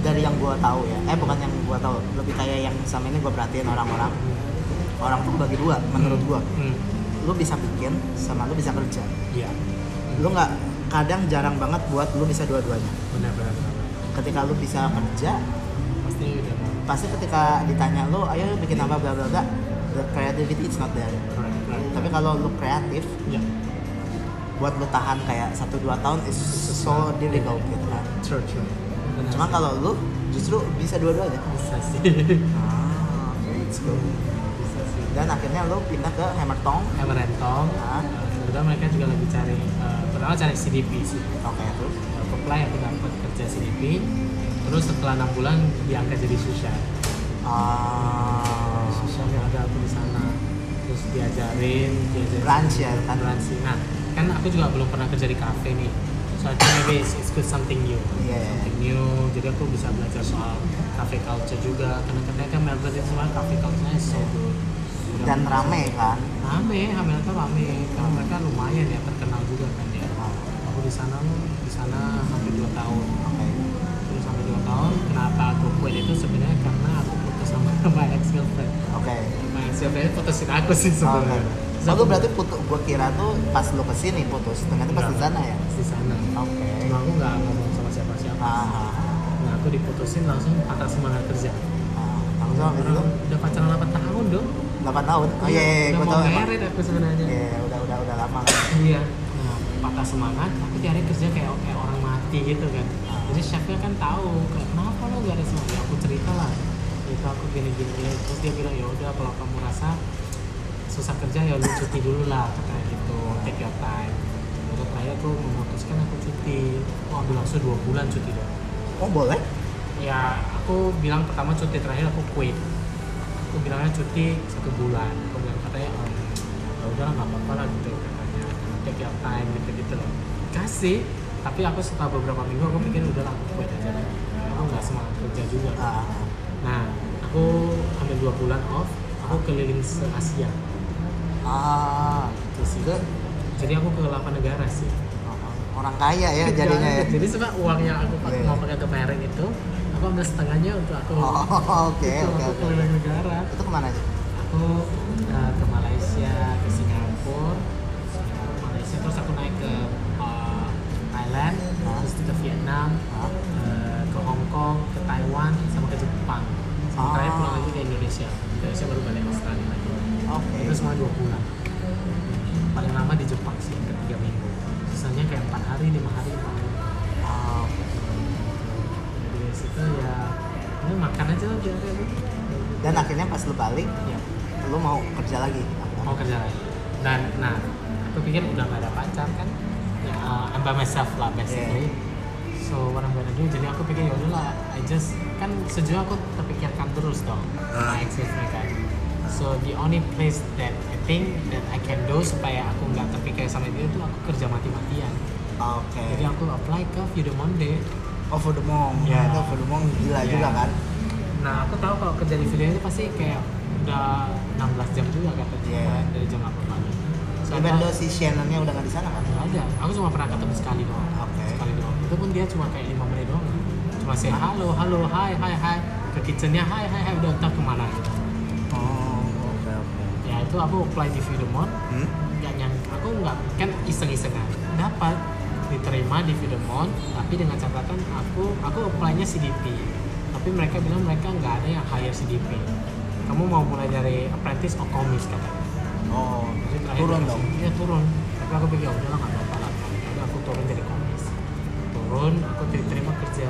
Speaker 1: dari yang gua tahu ya eh bukan yang gua tahu lebih kayak yang sama ini gua perhatiin orang-orang orang tuh bagi dua menurut gua
Speaker 2: hmm.
Speaker 1: lu bisa bikin sama lu bisa kerja
Speaker 2: iya
Speaker 1: lu nggak kadang jarang banget buat lu bisa dua-duanya
Speaker 2: benar benar benar.
Speaker 1: ketika lu bisa kerja
Speaker 2: pasti udah
Speaker 1: pasti ketika ditanya lu ayo lu bikin apa bla bla bla the creativity is not there
Speaker 2: correct correct
Speaker 1: tapi kalau lu kreatif
Speaker 2: ya
Speaker 1: buat lu tahan kayak satu dua tahun is so difficult gitu kan
Speaker 2: true true benar
Speaker 1: cuma kalau lu justru bisa dua-duanya
Speaker 2: bisa sih
Speaker 1: Ah, oke, let's go.
Speaker 2: bisa sih
Speaker 1: Dan akhirnya lo pindah ke Hammer Tong.
Speaker 2: Emerentong
Speaker 1: Nah,
Speaker 2: kemudian Eh, mereka juga lagi cari eh, pertama cari CDP sih Eh,
Speaker 1: oke terus.
Speaker 2: aku apply aku dapat kerja CDP terus setelah enam bulan diangkat jadi susah
Speaker 1: Ah,
Speaker 2: sosial yang ada aku di sana terus diajarin diajarin
Speaker 1: Brunch ya, kan?
Speaker 2: Brunch sih. nah kan aku juga belum pernah kerja di kafe nih so I think maybe it's, it's good something
Speaker 1: Iya,
Speaker 2: new
Speaker 1: iya.
Speaker 2: something new jadi aku bisa belajar soal cafe culture juga karena ternyata kan Melbourne itu sebenarnya cafe culture-nya is so good Udah
Speaker 1: dan
Speaker 2: bagus.
Speaker 1: rame kan
Speaker 2: rame Hamilton rame karena mereka lumayan ya terkenal juga kan ya
Speaker 1: Ah,
Speaker 2: aku di sana di sana hampir dua tahun
Speaker 1: Oke.
Speaker 2: terus sampai dua tahun kenapa aku quit itu sebenarnya karena aku putus sama my ex girlfriend
Speaker 1: Oke.
Speaker 2: my ex girlfriend putusin ya, aku sih
Speaker 1: Oh,
Speaker 2: sebenarnya Terus
Speaker 1: Aku
Speaker 2: aku-
Speaker 1: berarti putus, gua kira tuh pas lu kesini putus, ternyata pas di
Speaker 2: Enggak.
Speaker 1: sana ya.
Speaker 2: Pas di sana
Speaker 1: Oke.
Speaker 2: Cuma aku nggak ngomong sama siapa siapa
Speaker 1: Ah,
Speaker 2: nah aku diputusin langsung patah semangat kerja
Speaker 1: ah, langsung habis itu
Speaker 2: Orang udah pacaran 8 tahun dong
Speaker 1: 8 tahun. Oh iya, iya, iya,
Speaker 2: udah
Speaker 1: gua
Speaker 2: mau
Speaker 1: tahu. emang.
Speaker 2: married aku sebenarnya
Speaker 1: Iya, udah udah udah lama.
Speaker 2: Iya. Nah, patah semangat, aku cari kerja kayak kayak orang mati gitu kan. Jadi chefnya kan tahu, kayak, kenapa lo gak ada semangat? Ya, aku cerita lah. Itu aku gini gini gini. Terus dia bilang ya udah kalau kamu rasa susah kerja ya lu cuti dulu lah katanya gitu. Take your time. Terus terakhir aku memutuskan aku cuti. Aku ambil langsung dua bulan cuti dong.
Speaker 1: Oh, boleh?
Speaker 2: Ya aku bilang pertama cuti terakhir aku quit. Aku bilangnya cuti satu bulan. Aku bilang katanya "Em, ya udah nggak apa-apa lah gitu katanya. Take your time gitu gitu loh. Kasih. Tapi aku setelah beberapa minggu aku pikir udah lah aku quit aja lah. Aku nggak semangat kerja juga.
Speaker 1: Ah,
Speaker 2: Nah aku ambil dua bulan off. Aku keliling se Asia.
Speaker 1: ah.
Speaker 2: Itu sih.
Speaker 1: Itu Ah,
Speaker 2: Jadi aku ke 8 negara sih.
Speaker 1: orang kaya ya
Speaker 2: Gitu.
Speaker 1: jadinya ya.
Speaker 2: Jadi sebab uang yang aku pakai
Speaker 1: Iya.
Speaker 2: mau pakai kemarin itu aku ambil setengahnya untuk aku
Speaker 1: Oh, oke
Speaker 2: Itu
Speaker 1: oke
Speaker 2: aku
Speaker 1: oke.
Speaker 2: keliling negara
Speaker 1: Itu kemana sih?
Speaker 2: aku uh, ke Malaysia ke Singapura Singapura, Malaysia terus aku naik ke uh, Thailand terus ke Vietnam
Speaker 1: Ah,
Speaker 2: uh, ke Hong Kong ke Taiwan sama ke Jepang
Speaker 1: Ah.
Speaker 2: sama terakhir pulang lagi ke Indonesia Indonesia baru balik Australia lagi
Speaker 1: Oke.
Speaker 2: itu semua dua bulan paling lama di Jepang sih hampir tiga minggu sisanya kayak empat hari lima hari empat hari
Speaker 1: Ah,
Speaker 2: jadi dari situ ya ini makan aja lah biar ya
Speaker 1: Dan akhirnya pas lu balik, lu mau kerja lagi.
Speaker 2: mau Oh, kerja lagi dan nah aku pikir udah nggak ada pacar kan ya, uh, I'm by myself lah basically so what I'm gonna do jadi aku pikir ya udahlah I just kan sejujurnya aku terpikirkan terus dong
Speaker 1: Ah.
Speaker 2: my exit mereka kan. so the only place that I think that I can do supaya aku nggak terpikir sama dia itu aku kerja mati-matian
Speaker 1: Oke.
Speaker 2: jadi aku apply ke Video Monday
Speaker 1: Oh, Vodemong.
Speaker 2: Ya.
Speaker 1: Itu Vodemong gila
Speaker 2: Ya.
Speaker 1: juga kan?
Speaker 2: Nah, aku tahu kalau kerja di video itu pasti kayak udah 16 jam juga kata dia
Speaker 1: Iya.
Speaker 2: dari jam 8 pagi.
Speaker 1: Even though si Shannonnya udah nggak di sana kan?
Speaker 2: nggak ada. Aku cuma pernah ketemu sekali doang.
Speaker 1: Oke.
Speaker 2: Sekali doang. Itu pun dia cuma kayak 5 menit doang. Cuma say halo, halo, hai, hai, hai. Ke kitchennya, hai, hai, hai. Udah entah kemana gitu.
Speaker 1: Oh, oke oke.
Speaker 2: Ya itu aku apply di Videmont.
Speaker 1: Hmm?
Speaker 2: Nggak nyang, aku nggak, kan iseng-iseng aja. Dapat diterima di Videmont, tapi dengan catatan aku, aku apply-nya CDP. Tapi mereka bilang mereka nggak ada yang hire CDP. Kamu mau mulai dari apprentice atau komis katanya.
Speaker 1: Oh,
Speaker 2: Jadi terakhir
Speaker 1: turun
Speaker 2: dikasih-
Speaker 1: dong.
Speaker 2: Iya turun. Tapi aku pikir "Ya udahlah nggak apa-apa lah. Tapi aku turun jadi komis. Turun, aku diterima kerja.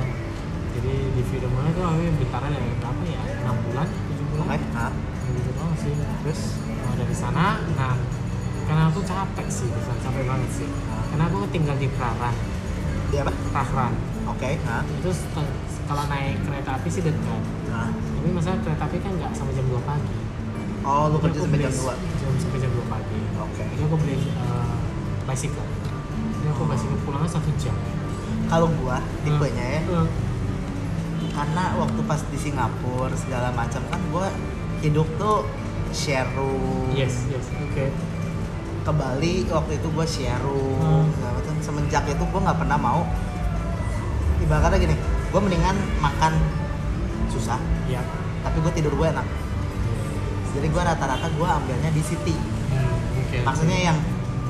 Speaker 2: Jadi di video mana tuh aku bintara dari berapa ya? 6 bulan, 7 bulan.
Speaker 1: Oke. Hah?
Speaker 2: Gitu doang sih.
Speaker 1: Terus?
Speaker 2: Nah, dari sana, nah karena aku capek sih, di sana, capek banget sih. Karena aku tinggal di Praran,
Speaker 1: Dia Iya, apa?
Speaker 2: Prahran.
Speaker 1: Oke. Hah?
Speaker 2: Itu se- kalau naik kereta api sih dekat.
Speaker 1: Hah?
Speaker 2: Tapi masalah kereta api kan nggak sampai jam 2 pagi.
Speaker 1: Oh, lu
Speaker 2: Jadi
Speaker 1: kerja
Speaker 2: aku
Speaker 1: sampai
Speaker 2: beli
Speaker 1: jam 2?
Speaker 2: jam- sampai jam 2 pagi.
Speaker 1: Oke.
Speaker 2: Jadi aku beli eh, bicycle. Jadi aku bicycle pulangnya satu jam.
Speaker 1: Kalau gua tipenya ya,
Speaker 2: Eh,
Speaker 1: karena waktu pas di Singapura segala macam kan gua hidup tuh share room.
Speaker 2: Yes, yes, oke.
Speaker 1: Ke Bali waktu itu gua share room.
Speaker 2: Hmm.
Speaker 1: segala macam. Semenjak itu gua nggak pernah mau ibaratnya gini, gua mendingan makan susah,
Speaker 2: Ya.
Speaker 1: tapi gua tidur gua enak. Jadi gua rata-rata gua ambilnya di city.
Speaker 2: Hmm, oke.
Speaker 1: Maksudnya yang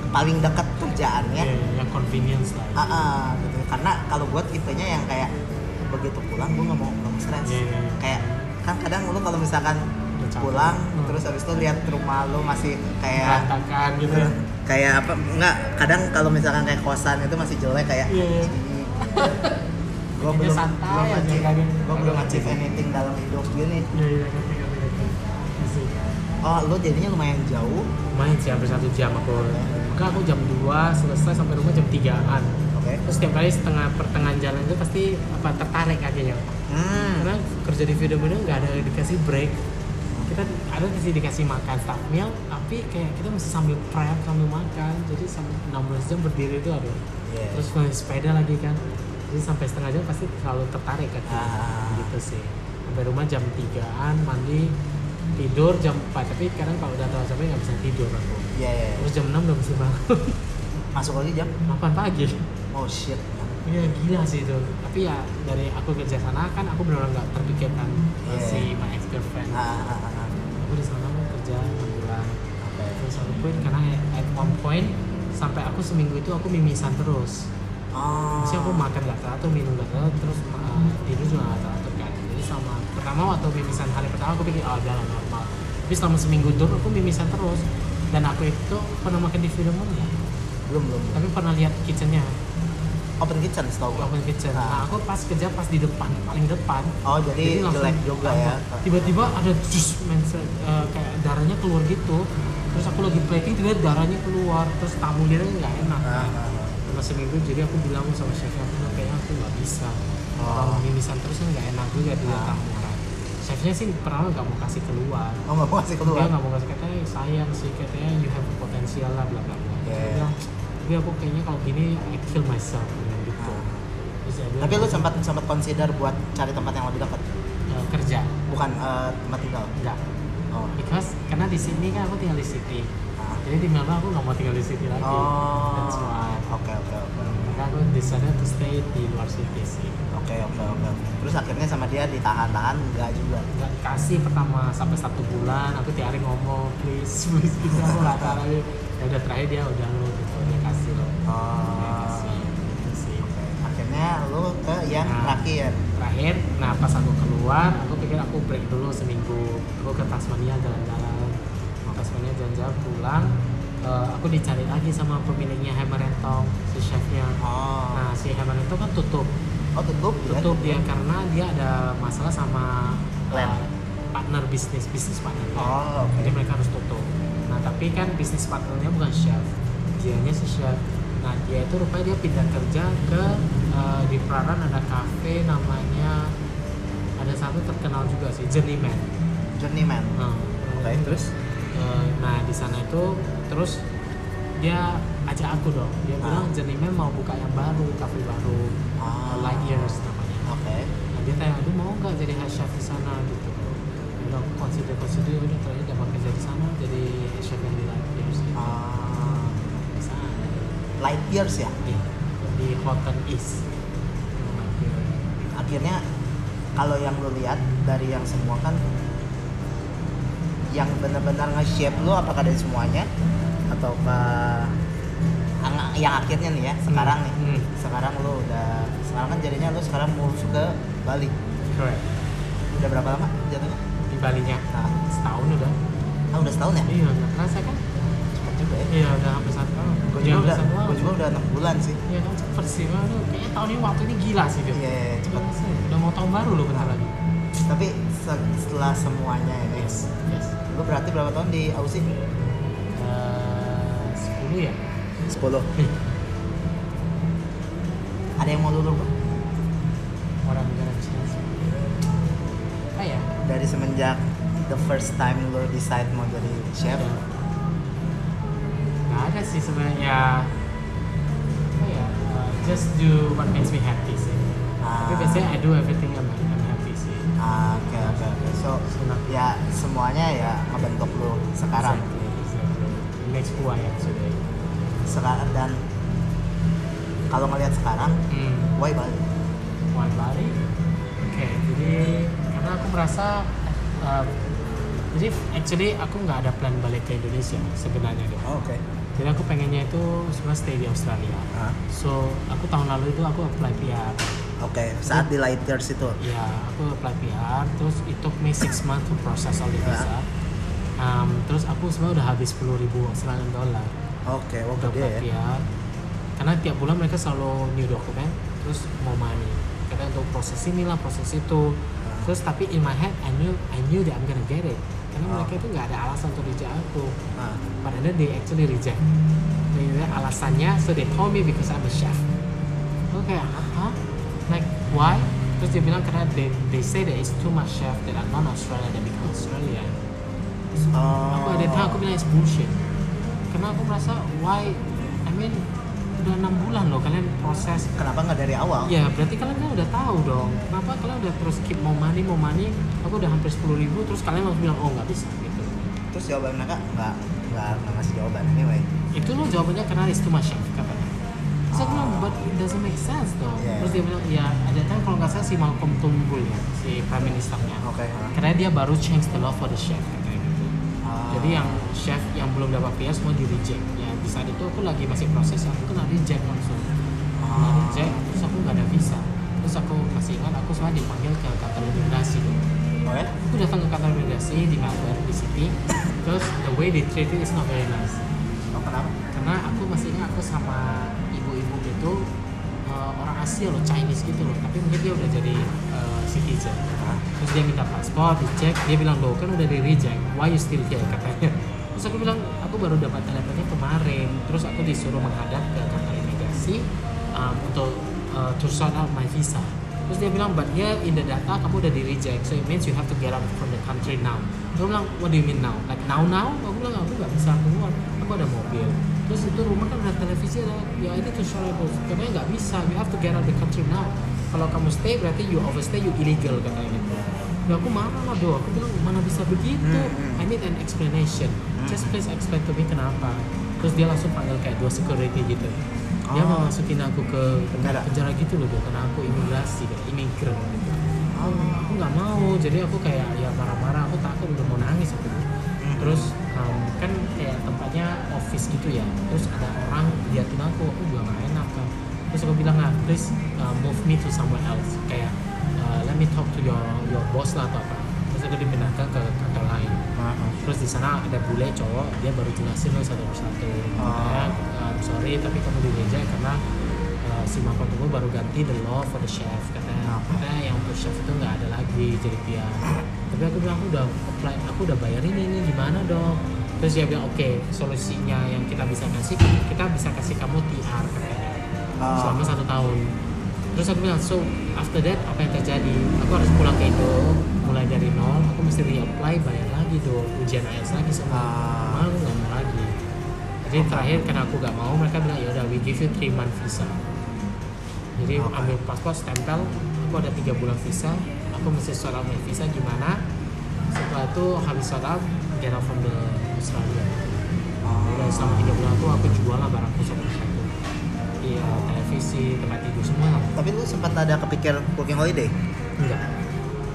Speaker 1: paling dekat kerjaannya
Speaker 2: Iya, iya, yang convenience lah.
Speaker 1: Ah, ah, gitu. Karena kalau buat tipenya yang kayak begitu pulang gue nggak mau nggak mau stres.
Speaker 2: Iya, iya, iya.
Speaker 1: Kayak kan kadang lu kalau misalkan
Speaker 2: Udah capek.
Speaker 1: pulang
Speaker 2: Hmm.
Speaker 1: terus habis itu lihat rumah lu masih kayak
Speaker 2: Berantakan gitu.
Speaker 1: Eh.
Speaker 2: ya.
Speaker 1: kayak apa enggak kadang kalau misalkan kayak kosan itu masih jelek kayak
Speaker 2: Iya, iya.
Speaker 1: gue
Speaker 2: Bikinnya
Speaker 1: belum
Speaker 2: santai
Speaker 1: belum
Speaker 2: aja,
Speaker 1: achieve
Speaker 2: kagak-
Speaker 1: gue belum
Speaker 2: kagak
Speaker 1: achieve anything dalam hidup gini
Speaker 2: Iya, iya, ngerti, ngerti, ngerti. Asik.
Speaker 1: oh lu jadinya lumayan jauh
Speaker 2: Main sih hampir satu jam aku. Maka aku jam 2 selesai sampai rumah jam 3-an.
Speaker 1: oke Oke.
Speaker 2: terus setiap kali setengah pertengahan jalan itu pasti apa tertarik akhirnya
Speaker 1: Hmm.
Speaker 2: karena kerja di video bener nggak ada dikasih break kita ada di sini dikasih makan staff meal tapi kayak kita mesti sambil prep sambil makan jadi sampai 16 jam berdiri itu aduh
Speaker 1: Iya.
Speaker 2: terus naik sepeda lagi kan jadi sampai setengah jam pasti terlalu tertarik kan
Speaker 1: Ah.
Speaker 2: gitu sih sampai rumah jam 3an mandi tidur jam 4 tapi kadang kalau udah terlalu capek nggak bisa tidur aku
Speaker 1: Iya, iya.
Speaker 2: terus jam 6 udah mesti bangun
Speaker 1: Masuk lagi jam.
Speaker 2: 8 pagi
Speaker 1: Oh shit.
Speaker 2: Ya gila sih itu. Tapi ya dari aku kerja sana kan aku benar-benar nggak terpikirkan
Speaker 1: Iya.
Speaker 2: si my ex girlfriend.
Speaker 1: Ah, ah, ah, ah.
Speaker 2: Aku di sana mau kerja enam bulan.
Speaker 1: Oke.
Speaker 2: Terus aku quit karena at one point sampai aku seminggu itu aku mimisan terus.
Speaker 1: Oh.
Speaker 2: Maksudnya aku makan nggak teratur, minum nggak teratur, terus uh, tidur juga nggak teratur kan. Jadi sama pertama waktu mimisan hari pertama aku pikir oh udah lah, normal. Tapi selama seminggu itu aku mimisan terus dan aku itu pernah makan di film ya,
Speaker 1: Belum belum.
Speaker 2: tapi pernah lihat kitchennya
Speaker 1: Open kitchen setahu gua.
Speaker 2: open kitchen. Nah, aku pas kerja pas di depan, paling depan.
Speaker 1: Oh jadi,
Speaker 2: langsung Iya.
Speaker 1: jelek juga ya.
Speaker 2: Tiba-tiba ada jus mense- eh, kayak darahnya keluar gitu. Terus aku lagi plating tiba darahnya keluar, terus tamu dia nggak enak.
Speaker 1: Ah, ah,
Speaker 2: kan.
Speaker 1: ah.
Speaker 2: Selama seminggu jadi aku bilang sama chef aku bilang, kayaknya aku nggak bisa.
Speaker 1: Oh.
Speaker 2: Kalau mimisan terus kan nggak enak juga dia
Speaker 1: Ah.
Speaker 2: tamu kan. Chefnya sih pertama nggak mau kasih keluar.
Speaker 1: Oh nggak mau kasih keluar.
Speaker 2: Dia Iya, nggak mau kasih katanya sayang sih katanya you have a potential lah bla bla bla.
Speaker 1: Iya.
Speaker 2: Dia bilang, Tapi aku kayaknya kalau gini I kill myself bilang gitu. Terus dia bilang,
Speaker 1: Ah. Tapi lu sempat sempat consider buat cari tempat yang lebih dekat,
Speaker 2: "Eh, kerja
Speaker 1: bukan eh, tempat tinggal.
Speaker 2: enggak
Speaker 1: Oh.
Speaker 2: because karena di sini kan aku tinggal di city
Speaker 1: Ah.
Speaker 2: jadi di Melbourne aku nggak mau tinggal di city lagi
Speaker 1: Oh.
Speaker 2: that's why
Speaker 1: Oke oke oke.
Speaker 2: maka aku decided to stay di luar city sih
Speaker 1: Oke oke oke. Terus akhirnya sama dia ditahan-tahan enggak juga.
Speaker 2: nggak kasih pertama sampai satu bulan aku tiap hari ngomong please please gitu aku nggak tahan lagi ya udah terakhir dia udah lo gitu dia kasih lo dia
Speaker 1: Oh.
Speaker 2: kasih gitu sih
Speaker 1: Oke. Akhirnya lu ke yang
Speaker 2: Nah.
Speaker 1: terakhir.
Speaker 2: terakhir nah pas aku keluar aku pikir aku break dulu seminggu aku ke Tasmania jalan-jalan Ke Tasmania jalan-jalan pulang eh, aku dicari lagi sama pemiliknya Hammer and Tong si chefnya
Speaker 1: Oh.
Speaker 2: nah si Hammer and Tong kan tutup
Speaker 1: Oh tutup ya?
Speaker 2: tutup dia karena dia ada masalah sama eh,
Speaker 1: Lab.
Speaker 2: partner bisnis bisnis partner
Speaker 1: Oh oke.
Speaker 2: jadi mereka harus tutup nah tapi kan bisnis partnernya bukan chef dianya si chef nah dia itu rupanya dia pindah kerja ke eh, di Praran ada cafe namanya ada satu terkenal juga sih Journeyman
Speaker 1: Journeyman.
Speaker 2: nah,
Speaker 1: Oke terus?
Speaker 2: eh, nah di sana itu terus dia ajak aku dong dia
Speaker 1: Ah.
Speaker 2: bilang Journeyman mau buka yang baru cafe baru eh,
Speaker 1: Oh.
Speaker 2: Light Years namanya
Speaker 1: Oke.
Speaker 2: Nah, dia tanya lu mau nggak jadi head chef di sana gitu Dia bilang aku consider consider udah terakhir dapat kerja di sana jadi head chef yang di Light Years gitu
Speaker 1: Ah,
Speaker 2: di sana
Speaker 1: light years ya?
Speaker 2: di, di Hotel East
Speaker 1: akhirnya kalau yang lu lihat dari yang semua kan yang benar-benar nge-shape lu apakah dari semuanya atau ke yang akhirnya nih ya sekarang nih
Speaker 2: Hmm.
Speaker 1: sekarang lu udah sekarang kan jadinya lu sekarang move ke Bali
Speaker 2: correct
Speaker 1: udah berapa lama jatuhnya
Speaker 2: di Bali nya
Speaker 1: nah
Speaker 2: setahun udah
Speaker 1: ah, udah setahun ya
Speaker 2: iya nggak kerasa kan
Speaker 1: cepet juga ya
Speaker 2: iya udah hampir satu tahun
Speaker 1: gue
Speaker 2: Iya,
Speaker 1: juga
Speaker 2: hampir
Speaker 1: udah
Speaker 2: satu tahun.
Speaker 1: gue juga udah enam bulan sih
Speaker 2: iya kan cepet sih Waduh, kayaknya tahun ini waktu ini gila sih gitu
Speaker 1: Iya, iya, iya, cepet.
Speaker 2: udah mau tahun baru loh bentar lagi
Speaker 1: tapi se- setelah semuanya ini
Speaker 2: yes yes
Speaker 1: lu berarti berapa tahun di Aussie
Speaker 2: Eh, 10 ya
Speaker 1: 10 ada yang mau dulu Bang?
Speaker 2: orang negara Cina sih. Apa ya?
Speaker 1: dari semenjak the first time lo decide mau jadi chef
Speaker 2: Gak ada sih sebenarnya. Apa ya? Uh, just do what makes me happy sih. Tapi biasanya I do everything I'm, I'm happy sih.
Speaker 1: ah, oke oke oke so ya
Speaker 2: Iya,
Speaker 1: semuanya ya ngebentuk lo sekarang
Speaker 2: Exactly, exactly. It Makes who I am today.
Speaker 1: sekarang dan kalau ngelihat sekarang
Speaker 2: Hmm.
Speaker 1: why Bali
Speaker 2: Why Bali? Oke, jadi karena aku merasa uh, jadi actually aku nggak ada plan balik ke Indonesia sebenarnya deh.
Speaker 1: oh, oke
Speaker 2: Jadi aku pengennya itu sebenarnya stay di Australia.
Speaker 1: Ah,
Speaker 2: So aku tahun lalu itu aku apply PR.
Speaker 1: oke saat di lighters itu
Speaker 2: Ya aku apply PR. Terus it took me six months to process all the visa. Um, terus aku sebenarnya udah habis 10.000 ribu Australian dollar
Speaker 1: oke ya. wow
Speaker 2: untuk apply PR. Karena tiap bulan mereka selalu new dokumen. Terus mau money. Karena untuk proses inilah proses itu. Terus tapi in my head I knew I knew that I'm gonna get it. Karena
Speaker 1: Ah.
Speaker 2: mereka itu nggak ada alasan untuk reject aku.
Speaker 1: Ah,
Speaker 2: Padahal they actually reject. They- Alasannya so they told me because I'm a chef. aku kayak apa like why terus dia bilang karena they, they say that it's too much chef that are non Australia that become Australian
Speaker 1: Oh.
Speaker 2: aku ada tahu aku bilang it's bullshit karena aku merasa why I mean udah enam bulan loh kalian proses
Speaker 3: Kenapa nggak dari awal?
Speaker 2: Ya berarti kalian kan udah tahu dong. Kenapa kalian udah terus keep mau money mau money? Aku udah hampir sepuluh ribu terus kalian mau bilang oh nggak bisa gitu.
Speaker 1: Terus jawaban mereka nggak nggak nggak ngasih jawaban anyway.
Speaker 2: Itu lo jawabannya karena itu masih katanya. Terus aku bilang but it doesn't make sense dong.
Speaker 1: Yeah.
Speaker 2: Terus dia bilang ya ada time kalau nggak salah si Malcolm Turnbull ya si prime ministernya.
Speaker 1: Oke. ha.
Speaker 2: Karena dia baru change the law for the chef katanya gitu.
Speaker 1: Ah.
Speaker 2: Jadi yang chef yang belum dapat PR semua di reject. Ya di saat itu aku lagi masih proses aku kena reject langsung. Kena
Speaker 1: Ah.
Speaker 2: reject terus aku nggak ada visa. Terus aku masih ingat aku soalnya dipanggil ke kantor imigrasi.
Speaker 1: Oh ya?
Speaker 2: Aku datang ke kantor imigrasi di Melbourne di City. Terus the way they treat it is not very nice.
Speaker 1: Oh, kenapa?
Speaker 2: Karena aku masih ingat aku sama ibu-ibu gitu eh, orang Asia loh Chinese gitu loh. Tapi mungkin dia udah jadi eh, citizen
Speaker 1: Hah?
Speaker 2: terus dia minta paspor dicek dia bilang loh kan udah di reject why you still here katanya terus aku bilang aku baru dapat teleponnya kemarin terus aku disuruh menghadap ke kantor imigrasi um, untuk uh, to sort out my visa terus dia bilang but here in the data kamu udah di reject so it means you have to get out from the country now terus aku bilang what do you mean now like now now aku bilang aku nggak bisa keluar aku ada mobil terus itu rumah kan ada televisi ada ya ini tuh sorable katanya nggak bisa you have to get out the country now kalau kamu stay berarti you overstay you illegal katanya gitu ya aku marah lah doh aku bilang mana bisa begitu
Speaker 1: Hmm, hmm.
Speaker 2: I need an explanation just please explain to me kenapa terus dia langsung panggil kayak dua security gitu dia
Speaker 1: Oh.
Speaker 2: mau masukin aku ke
Speaker 1: Penjara?
Speaker 2: penjara gitu loh Doh, karena aku imigrasi kayak imigran gitu
Speaker 1: Oh.
Speaker 2: aku nggak mau jadi aku kayak ya marah-marah aku takut udah mau nangis aku terus um, kan kayak tempatnya office gitu ya terus ada orang liatin aku aku juga nggak enak kan terus aku bilang ah please uh, move me to somewhere else kayak uh, let me talk to your your boss lah atau apa terus aku dipindahkan ke kantor lain
Speaker 1: Ah, ah.
Speaker 2: terus di sana ada bule cowok dia baru jelasin loh satu persatu Katanya, um, sorry tapi kamu di meja karena uh, si Malcolm Tunggu baru ganti the law for the chef katanya
Speaker 1: Kenapa?
Speaker 2: karena yang untuk chef itu nggak ada lagi jadi dia tapi aku bilang aku udah apply aku udah bayarin ini gimana dong terus dia bilang oke solusinya yang kita bisa kasih kita bisa kasih kamu TR katanya
Speaker 1: Ah.
Speaker 2: selama satu tahun terus aku bilang so after that apa yang terjadi aku harus pulang ke Indo mulai dari nol aku mesti reapply bayar lagi dong ujian IELTS lagi semua
Speaker 1: Ah.
Speaker 2: malu nggak mau lagi jadi terakhir karena aku nggak mau mereka bilang ya udah we give you three month visa jadi
Speaker 1: Oke.
Speaker 2: ambil paspor stempel aku ada tiga bulan visa aku mesti sort out my visa gimana setelah itu habis sort out get out from the Australia
Speaker 1: Ah.
Speaker 2: udah Iya, selama tiga bulan itu aku jual lah barangku satu persatu iya televisi tempat tidur semua lah.
Speaker 1: Tapi lu sempat ada kepikir working holiday?
Speaker 2: enggak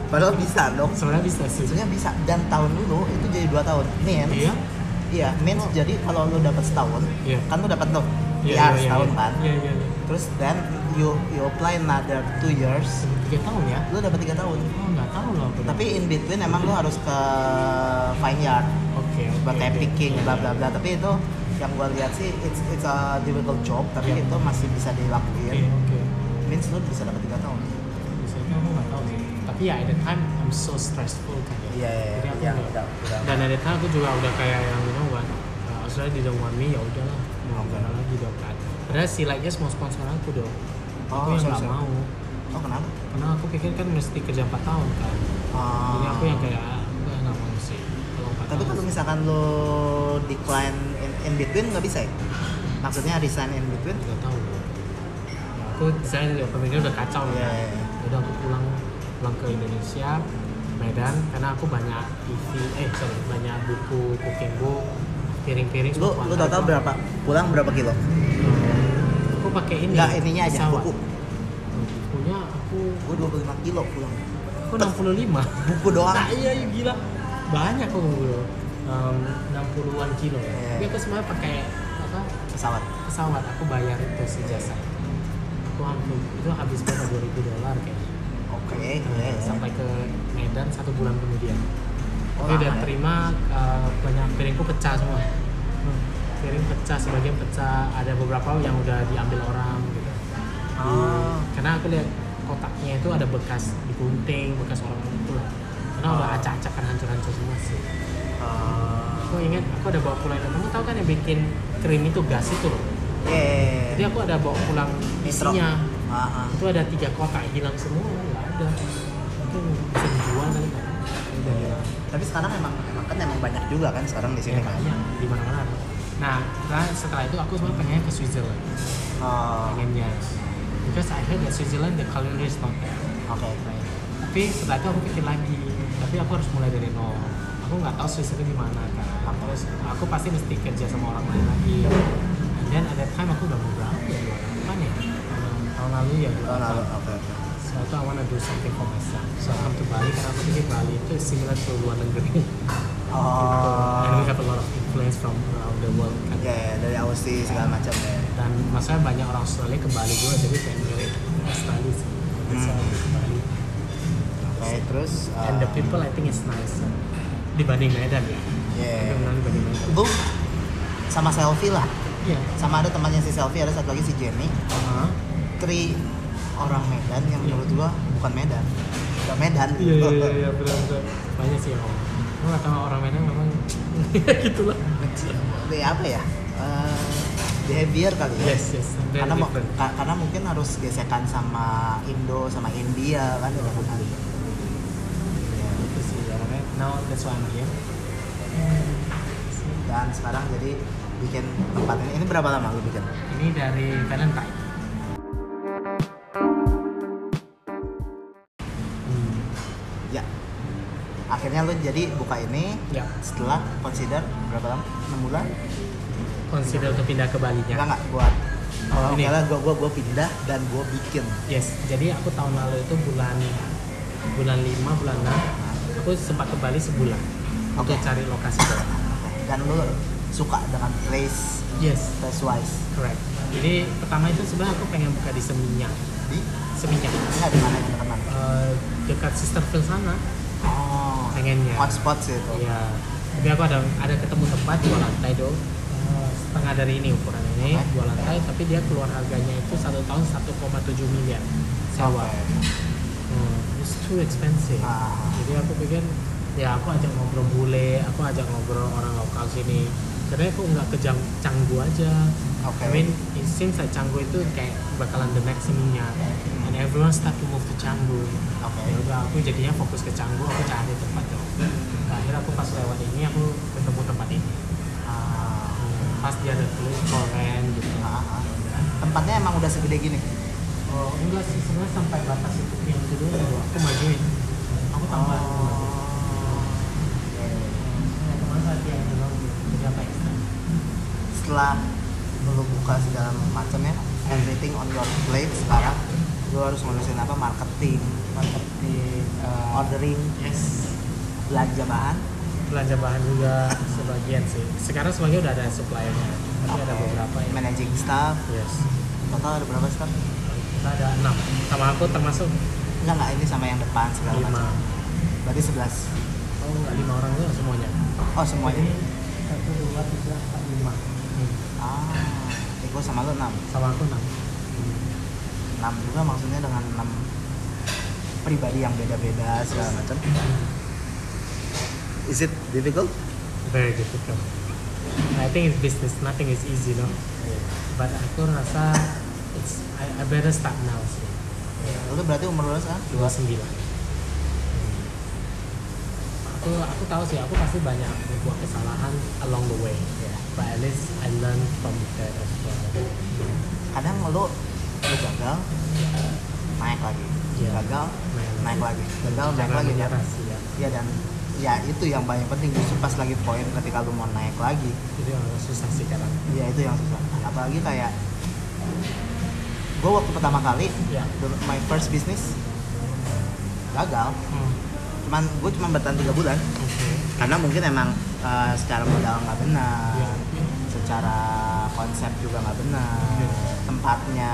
Speaker 1: Padahal bisa dong.
Speaker 2: sebenarnya bisa sih
Speaker 1: Sebenarnya bisa dan tahun dulu itu jadi dua tahun. Means,
Speaker 2: iya
Speaker 1: Iya, means jadi kalau lu dapat setahun,
Speaker 2: Iya.
Speaker 1: kan lu dapat tuh PR
Speaker 2: Iya, iya,
Speaker 1: setahun
Speaker 2: iya.
Speaker 1: kan.
Speaker 2: iya iya iya.
Speaker 1: Terus then you you apply another two years,
Speaker 2: tiga tahun ya
Speaker 1: lu dapat tiga tahun.
Speaker 2: oh nggak tahu loh aku.
Speaker 1: Tapi in between emang lu harus ke vineyard
Speaker 2: oke oke
Speaker 1: buat
Speaker 2: oke.
Speaker 1: kayak picking
Speaker 2: Iya,
Speaker 1: bla
Speaker 2: iya.
Speaker 1: bla bla. Tapi itu yang gua lihat sih it's it's a difficult job tapi
Speaker 2: Iya.
Speaker 1: itu masih bisa
Speaker 2: oke
Speaker 1: dilakuin.
Speaker 2: Iya, oke
Speaker 1: Means lu bisa dapat tiga tahun.
Speaker 2: misalnya aku nggak tahu sih tapi ya at the time I'm so stressful kan ya
Speaker 1: Iya iya
Speaker 2: Jadi aku
Speaker 1: iya.
Speaker 2: nggak-
Speaker 1: Udah udah.
Speaker 2: dan ada time aku juga udah kayak yang you know what uh, Australia di don't want me ya udahlah mau nggak lagi dong kan padahal si Light Years mau sponsor aku dong
Speaker 1: Oh,
Speaker 2: aku yang
Speaker 1: sorry,
Speaker 2: nggak
Speaker 1: sorry.
Speaker 2: mau
Speaker 1: Oh kenapa?
Speaker 2: karena aku pikir kan mesti kerja 4 tahun kan
Speaker 1: Ah.
Speaker 2: jadi aku yang kayak ah, enggak nggak mau sih kalau 4
Speaker 1: Tapi kan
Speaker 2: tahun
Speaker 1: kalau misalkan lo decline in, in between nggak bisa ya? Maksudnya resign in between?
Speaker 2: nggak tahu loh Ya, aku saya juga pemikiran udah kacau
Speaker 1: Iya,
Speaker 2: ya
Speaker 1: iya, iya.
Speaker 2: udah aku pulang pulang ke Indonesia Medan karena aku banyak TV eh sorry banyak buku cooking book piring-piring
Speaker 1: Lo
Speaker 2: semua
Speaker 1: lo
Speaker 2: aku
Speaker 1: total
Speaker 2: angkat.
Speaker 1: berapa? Pulang berapa kilo?
Speaker 2: Hmm, aku pakai ini
Speaker 1: Enggak ininya aja
Speaker 2: pesawat.
Speaker 1: buku.
Speaker 2: bukunya aku
Speaker 1: Gue 25 kilo pulang.
Speaker 2: aku 65
Speaker 1: Buku doang.
Speaker 2: Nah, iya iya, gila. Banyak kok bro. Um, 60-an kilo. ya.
Speaker 1: Iya.
Speaker 2: Tapi aku sebenarnya pakai apa?
Speaker 1: Pesawat.
Speaker 2: pesawat. Aku bayar itu si jasa. Aku hampir itu habis berapa 2000 dolar kayaknya.
Speaker 1: Oke. iya,
Speaker 2: Eh, Sampai ke Medan satu bulan kemudian.
Speaker 1: Oh,
Speaker 2: Aku udah
Speaker 1: lama ya?
Speaker 2: terima uh, banyak piringku pecah semua. Piring pecah, sebagian pecah, ada beberapa yang udah diambil orang gitu.
Speaker 1: Ah.
Speaker 2: Karena aku lihat kotaknya itu ada bekas digunting, bekas orang itu lah. Karena udah
Speaker 1: Ah.
Speaker 2: acak-acakan hancur-hancur semua sih. Aku ingat aku ada bawa pulang. Kamu tahu kan yang bikin krim itu gas itu loh.
Speaker 1: Eh.
Speaker 2: Jadi aku ada bawa pulang
Speaker 1: Nitro.
Speaker 2: isinya
Speaker 1: Ah, ah.
Speaker 2: itu ada tiga kotak hilang semua nggak ada itu sejuan kali nggak ada.
Speaker 1: Gitu ya. Tapi sekarang emang emang kan emang banyak juga kan sekarang di sini
Speaker 2: ya,
Speaker 1: kan.
Speaker 2: banyak di mana mana ada nah setelah, setelah itu aku sebenarnya pengen ke Switzerland
Speaker 1: Oh, oke.
Speaker 2: pengennya because I heard that Switzerland the calendar is not there Right. tapi setelah itu aku pikir lagi tapi aku harus mulai dari nol aku nggak tahu Switzerland di mana kan terus aku pasti mesti kerja sama orang lain lagi and then at that time aku udah mau berapa ya dua tahun ya Tahun- tahun lalu ya dua
Speaker 1: Tahun lalu,
Speaker 2: tahun
Speaker 1: oke, oke.
Speaker 2: so I thought I wanna do something for myself so I come to Bali karena aku pikir Bali itu similar to luar negeri and we
Speaker 1: Oh,
Speaker 2: have a lot of influence from around the world kan
Speaker 1: ya, ya, dari Aussie
Speaker 2: Iya.
Speaker 1: segala macam ya.
Speaker 2: dan maksudnya banyak orang Australia ke Bali juga jadi pengen milih Australia sih That's why I went to Bali
Speaker 1: Oke, terus. uh,
Speaker 2: Iya. and the people I think is nice dibanding Medan ya
Speaker 1: Yeah.
Speaker 2: Tapi menang dibanding Medan
Speaker 1: iya. Bu, sama selfie lah.
Speaker 2: iya
Speaker 1: Sama ada temannya si selfie, ada satu lagi si Jenny. Uh-huh.
Speaker 2: Heeh.
Speaker 1: Tri orang Medan yang menurut gua bukan Medan. Bukan Medan.
Speaker 2: iya iya iya iya benar benar banyak sih om Gue gak tau orang Medan memang gitu lah
Speaker 1: Dia apa ya? Eh, behavior kali ya.
Speaker 2: yes yes very
Speaker 1: karena mau-
Speaker 2: different.
Speaker 1: ka- karena mungkin harus gesekan sama Indo sama India kan ya kan.
Speaker 2: Ya, gitu sih ya makanya now that's why I'm here
Speaker 1: Hmm. Dan sekarang jadi bikin tempat ini. Ini berapa lama lu bikin?
Speaker 2: ini dari Valentine hmm.
Speaker 1: Ya. Akhirnya lu jadi buka ini
Speaker 2: ya
Speaker 1: setelah consider berapa lama? 6 bulan?
Speaker 2: consider untuk pindah ke Bali
Speaker 1: Enggak
Speaker 2: nya
Speaker 1: enggak buat. Kalau
Speaker 2: Ini.
Speaker 1: enggak lah gua gua gua pindah dan gua bikin.
Speaker 2: yes jadi aku tahun lalu itu bulan bulan 5 bulan 6 aku sempat ke Bali sebulan
Speaker 1: Oke.
Speaker 2: untuk cari lokasi baru
Speaker 1: Dan lu suka dengan place
Speaker 2: yes
Speaker 1: place wise
Speaker 2: Correct. Jadi pertama itu sebenarnya aku pengen buka di Seminyak.
Speaker 1: di
Speaker 2: Seminyak.
Speaker 1: ini ada mana teman-teman?
Speaker 2: Eh, dekat Sisterfield sana
Speaker 1: Oh,
Speaker 2: pengennya.
Speaker 1: hotspot sih itu.
Speaker 2: Iya. Tapi aku ada ada ketemu tempat dua lantai dong. Eh, setengah dari ini ukuran ini
Speaker 1: Oke.
Speaker 2: dua lantai tapi dia keluar harganya itu satu tahun 1,7 miliar sewa hmm, it's too expensive
Speaker 1: Ah.
Speaker 2: jadi aku pikir ya aku ajak ngobrol bule aku ajak ngobrol orang lokal sini karena aku nggak ke Jang- Canggu aja
Speaker 1: Oke.
Speaker 2: I mean, it seems like Canggu itu kayak bakalan the next Seminyak and everyone start to move to Canggu.
Speaker 1: Oke.
Speaker 2: Ya udah aku jadinya fokus ke Canggu, aku cari tempat dong. Terakhir aku pas lewat ini aku ketemu tempat ini.
Speaker 1: Ah,
Speaker 2: Pas dia ada tulis for rent gitu.
Speaker 1: ah, ah, ah. Tempatnya emang udah segede gini.
Speaker 2: Oh, enggak sih sebenarnya sampai batas itu yang itu dulu baru aku majuin. Aku Oh, tambah. Nah, teman saya dia yang bilang, Jadi apa ya? ekstra?
Speaker 1: Setelah lu buka segala macamnya, everything on your plate sekarang lu harus ngurusin apa marketing,
Speaker 2: Di eh,
Speaker 1: ordering,
Speaker 2: yes.
Speaker 1: belanja bahan.
Speaker 2: belanja bahan juga sebagian sih. Sekarang sebagian udah ada suppliernya, tapi ada
Speaker 1: Oke.
Speaker 2: beberapa ya. yang
Speaker 1: managing staff.
Speaker 2: yes.
Speaker 1: Total ada berapa staff?
Speaker 2: Kita ada enam. Sama aku termasuk
Speaker 1: Enggak enggak ini sama yang depan segala
Speaker 2: lima.
Speaker 1: macam. Berarti 11.
Speaker 2: Oh enggak lima orang itu semuanya.
Speaker 1: Oh, semuanya.
Speaker 2: satu dua tiga empat lima. Hmm.
Speaker 1: Ah, eh, gua sama lu 6.
Speaker 2: Sama aku enam. Hmm.
Speaker 1: 6 juga maksudnya dengan 6 pribadi yang beda-beda segala macam. Is it difficult?
Speaker 2: Very difficult. I think it's business. Nothing is easy, no.
Speaker 1: Iya.
Speaker 2: But aku rasa it's I, I better start now sih.
Speaker 1: Lu berarti umur lu sekarang?
Speaker 2: dua sembilan aku aku tahu sih aku pasti banyak membuat kesalahan along the way
Speaker 1: Iya.
Speaker 2: but at least I learn from that as well
Speaker 1: Kadang lu lu gagal naik lagi.
Speaker 2: Iya.
Speaker 1: Gagal naik lagi. Gagal naik
Speaker 2: Jangan
Speaker 1: lagi ya.
Speaker 2: menyerah sih ya
Speaker 1: Iya dan ya itu yang paling penting justru pas lagi poin ketika lu mau naik lagi.
Speaker 2: jadi orang susah sih kadang
Speaker 1: Iya itu yang susah. Apalagi kayak gue waktu pertama kali
Speaker 2: ya
Speaker 1: the- my first business gagal
Speaker 2: hmm.
Speaker 1: cuman gue cuma bertahan tiga bulan
Speaker 2: oke
Speaker 1: karena mungkin emang eh, secara modal nggak benar
Speaker 2: ya
Speaker 1: secara konsep juga nggak benar
Speaker 2: Iya.
Speaker 1: tempatnya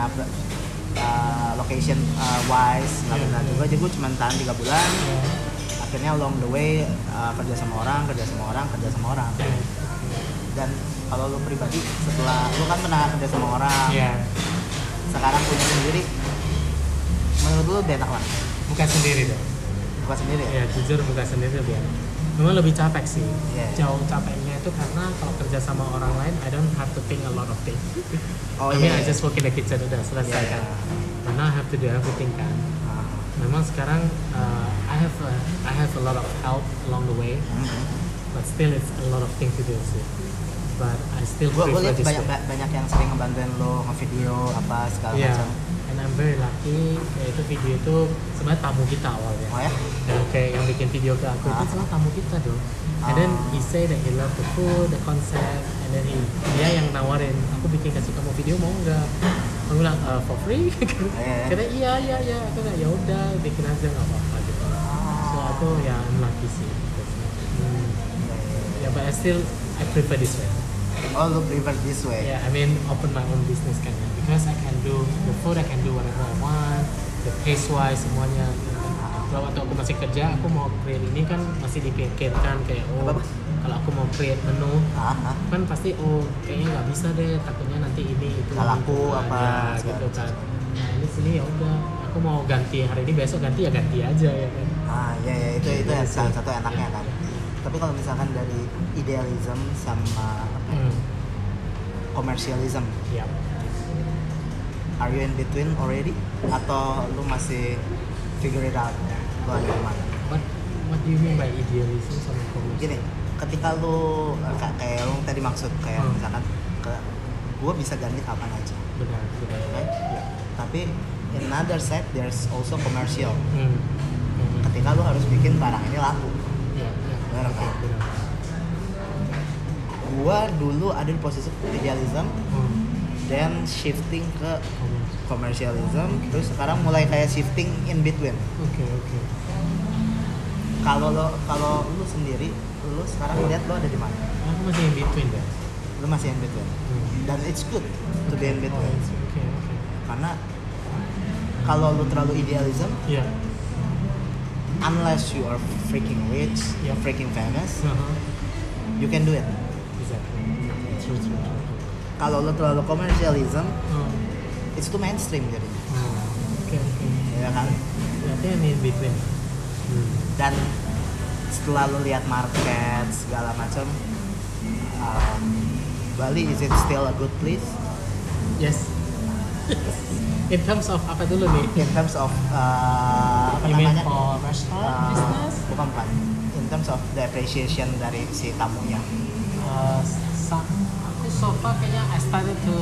Speaker 1: eh, location eh, wise nggak
Speaker 2: Iya,
Speaker 1: benar
Speaker 2: iya.
Speaker 1: juga jadi gue cuma tahan tiga bulan akhirnya along the way eh, kerja sama orang kerja sama orang kerja sama orang
Speaker 2: Ya.
Speaker 1: dan kalau lu pribadi setelah lu kan pernah kerja sama orang
Speaker 2: ya
Speaker 1: sekarang punya sendiri menurut lu lebih enak lah
Speaker 2: buka sendiri dong
Speaker 1: bukan sendiri ya
Speaker 2: ya jujur buka sendiri Ya. lebih enak. memang lebih capek sih
Speaker 1: Iya.
Speaker 2: jauh capeknya itu karena kalau kerja sama orang lain I don't have to think a lot of things
Speaker 1: oh
Speaker 2: Tapi
Speaker 1: iya
Speaker 2: I just work in the kitchen udah selesai
Speaker 1: Iya,
Speaker 2: kan.
Speaker 1: iya.
Speaker 2: karena I have to do everything kan memang sekarang uh, I have a, I have a lot of help along the way
Speaker 1: Hmm.
Speaker 2: but still it's a lot of things to do sih but I still
Speaker 1: gue gue
Speaker 2: prefer
Speaker 1: liat
Speaker 2: this
Speaker 1: banyak
Speaker 2: way.
Speaker 1: banyak yang sering ngebantuin lo ngevideo apa segala
Speaker 2: yeah
Speaker 1: macam
Speaker 2: and I'm very lucky ya, itu video itu sebenarnya tamu kita awalnya
Speaker 1: oh ya
Speaker 2: yang kayak yang bikin video ke aku itu Ah.
Speaker 1: Ah.
Speaker 2: salah tamu kita dong and then he say that he love the food the concept and then he dia yang nawarin aku bikin kasih kamu video mau nggak aku bilang "Eh, for free
Speaker 1: Eh.
Speaker 2: karena iya iya iya aku bilang ya udah bikin aja nggak apa-apa gitu so aku ya I'm lucky sih hmm. ya but I still I prefer this way
Speaker 1: oh lo prefer this way
Speaker 2: yeah I mean open my own business kan ya because I can do the food I can do whatever I want the taste wise semuanya kalau waktu aku masih kerja aku mau create ini kan masih dipikirkan kayak oh
Speaker 1: Apa, Mas?
Speaker 2: kalau aku mau create menu
Speaker 1: ah ah.
Speaker 2: kan pasti oh kayaknya nggak bisa deh takutnya nanti ini itu
Speaker 1: Nggak laku, apa,
Speaker 2: Ya, gitu kan nah ini sini ya udah aku mau ganti hari ini besok ganti ya ganti aja ya kan
Speaker 1: Ah, ya ya itu itu
Speaker 2: Iya sih.
Speaker 1: salah satu enaknya kan. Tapi kalau misalkan dari idealism sama
Speaker 2: hmm. ya.
Speaker 1: commercialism,
Speaker 2: Yap.
Speaker 1: are you in between already atau lu masih figure it out lu ada di mana?
Speaker 2: what what do you mean by idealism sama komersial
Speaker 1: Gini, ketika lu eh, ka- kayak lu tadi maksud kayak
Speaker 2: Hmm.
Speaker 1: misalkan ke gua bisa ganti kapan aja,
Speaker 2: benar benar
Speaker 1: right?
Speaker 2: ya
Speaker 1: Tapi in another side there's also commercial.
Speaker 2: hmm. Hmm.
Speaker 1: Ketika lu harus bikin barang ini laku.
Speaker 2: Ya, ya.
Speaker 1: Benar,
Speaker 2: Oke,
Speaker 1: Kak.
Speaker 2: benar.
Speaker 1: Gua dulu ada di posisi idealism,
Speaker 2: Hmm.
Speaker 1: then shifting ke
Speaker 2: Komersial.
Speaker 1: commercialism terus sekarang mulai kayak shifting in between
Speaker 2: Oke, oke.
Speaker 1: kalau lo kalau lu sendiri lu sekarang lihat lo ada di mana
Speaker 2: Aku masih in between deh.
Speaker 1: lu masih in between
Speaker 2: Hmm.
Speaker 1: dan it's good to be in
Speaker 2: Oh,
Speaker 1: between
Speaker 2: it's okay, okay.
Speaker 1: karena kalau lu terlalu idealism
Speaker 2: Ya.
Speaker 1: unless you are freaking rich
Speaker 2: Yeah.
Speaker 1: you're freaking famous
Speaker 2: Aha.
Speaker 1: you can do it
Speaker 2: Uh-huh. Exactly. True, true, true.
Speaker 1: kalau lu terlalu commercialism
Speaker 2: Oh.
Speaker 1: it's too mainstream jadinya
Speaker 2: Oh, Oke, oke.
Speaker 1: ya kan
Speaker 2: Berarti I'm in between. Hmm.
Speaker 1: dan setelah lu lihat market segala macam um, Bali is it still a good place
Speaker 2: Yes. in terms of apa dulu nih?
Speaker 1: in terms of uh, apa
Speaker 2: You mean
Speaker 1: namanya
Speaker 2: for restaurant
Speaker 1: Uh,
Speaker 2: business?
Speaker 1: bukan bukan in terms of the appreciation dari si tamunya
Speaker 2: Uh, sa- aku so far kayaknya I started to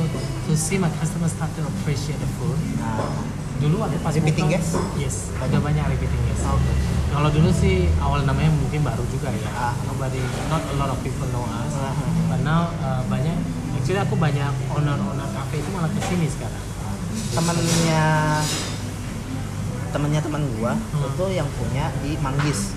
Speaker 2: to see my customers start to appreciate the food.
Speaker 1: nah,
Speaker 2: Dulu ada pas
Speaker 1: Repeating
Speaker 2: buka-
Speaker 1: guest?
Speaker 2: Yes,
Speaker 1: Banyak.
Speaker 2: ada banyak repeating guest. Kalau dulu sih awal namanya mungkin baru juga ya.
Speaker 1: Ah.
Speaker 2: Nobody, not a lot of people know us.
Speaker 1: Ah.
Speaker 2: But now uh, banyak, actually aku banyak owner-owner cafe itu malah kesini sekarang.
Speaker 1: temennya temennya teman gua
Speaker 2: Hmm.
Speaker 1: itu yang punya di Manggis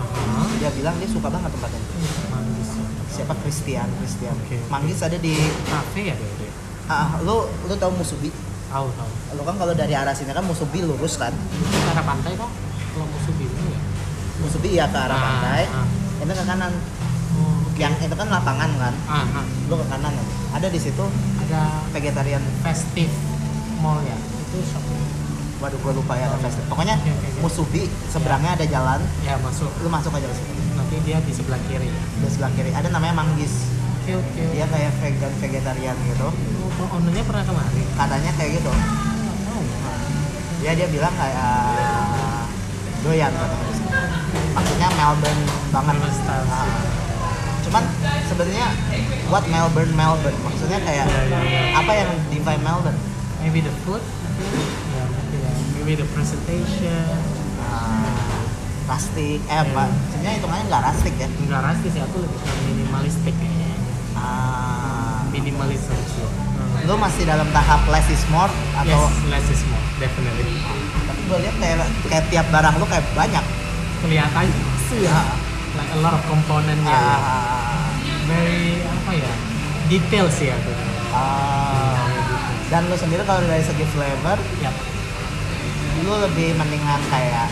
Speaker 2: Aha.
Speaker 1: dia bilang dia suka banget tempat itu
Speaker 2: Manggis.
Speaker 1: siapa Christian Christian
Speaker 2: Oke.
Speaker 1: Manggis ada di
Speaker 2: Cafe ya deh. deh.
Speaker 1: ah lu lu tahu Musubi
Speaker 2: Tahu tahu.
Speaker 1: lu kan kalau dari arah sini kan Musubi lurus kan
Speaker 2: Itu ke arah pantai kok. Kalau musuh bilang ya.
Speaker 1: Musubi ya ke arah
Speaker 2: Ah,
Speaker 1: pantai
Speaker 2: ah.
Speaker 1: itu ke kanan
Speaker 2: Oh.
Speaker 1: yang itu kan lapangan kan
Speaker 2: Ah, ah.
Speaker 1: lu ke kanan ya. ada di situ
Speaker 2: ada
Speaker 1: vegetarian
Speaker 2: festive mall ya. Itu shop.
Speaker 1: waduh gua lupa ya ada festival. pokoknya
Speaker 2: Oke, oke, oke.
Speaker 1: Musubi seberangnya ada jalan
Speaker 2: Ya masuk.
Speaker 1: lu masuk aja ke situ
Speaker 2: Nanti dia di sebelah kiri.
Speaker 1: di sebelah kiri ada namanya Manggis
Speaker 2: Oke oke.
Speaker 1: dia kayak vegan vegetarian gitu
Speaker 2: Oh, ownernya pernah kemari.
Speaker 1: katanya kayak gitu
Speaker 2: Oh.
Speaker 1: ya dia bilang kayak eh, doyan katanya di situ. maksudnya Melbourne banget
Speaker 2: Melbourne style.
Speaker 1: Ah. cuman sebenarnya what Melbourne Melbourne maksudnya kayak
Speaker 2: Ya, ya, ya.
Speaker 1: apa yang define Melbourne
Speaker 2: Maybe the food. Ya, mungkin ya. Maybe the presentation.
Speaker 1: Ah, rustic eh apa sebenarnya hitungannya nggak rustic ya
Speaker 2: Enggak rasti sih, aku lebih ke minimalistik kayaknya.
Speaker 1: Ah,
Speaker 2: Minimalism sih. Hmm.
Speaker 1: lu masih dalam tahap less is more atau
Speaker 2: yes, less is more, definitely.
Speaker 1: tapi gue lihat kayak kayak tiap barang lu kayak banyak
Speaker 2: Kelihatan sih ya. Like a lot of komponennya. ya.
Speaker 1: Ah,
Speaker 2: Very apa ya? Detail sih aku.
Speaker 1: ah. dan lu sendiri kalau dari segi flavor
Speaker 2: Yap.
Speaker 1: lu lebih mendingan kayak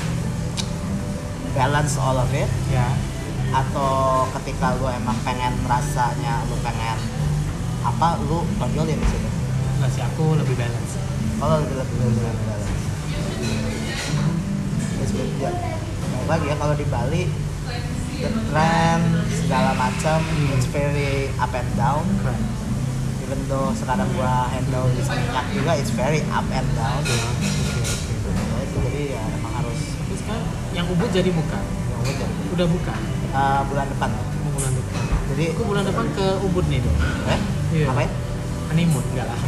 Speaker 1: balance all of it
Speaker 2: Ya.
Speaker 1: atau ketika lu emang pengen rasanya lu pengen apa lu tonjolin di situ
Speaker 2: Enggak Nah, sih, aku lebih balance.
Speaker 1: kalau lebih lebih lebih lebih balance Terus gue juga, balik lagi ya kalau di Bali the trend segala macam it's very up and down
Speaker 2: Keren.
Speaker 1: di even though sekarang gua handle di minyak juga it's very up and down Ya, itu jadi ya emang harus ya
Speaker 2: Terus kan yang ubud jadi buka,
Speaker 1: yang hujan
Speaker 2: udah buka,
Speaker 1: Eh, bulan depan
Speaker 2: mau bulan depan.
Speaker 1: jadi
Speaker 2: Aku bulan depan ke ubud nih dong.
Speaker 1: eh,
Speaker 2: Iya.
Speaker 1: apa ya
Speaker 2: Honeymoon enggak lah.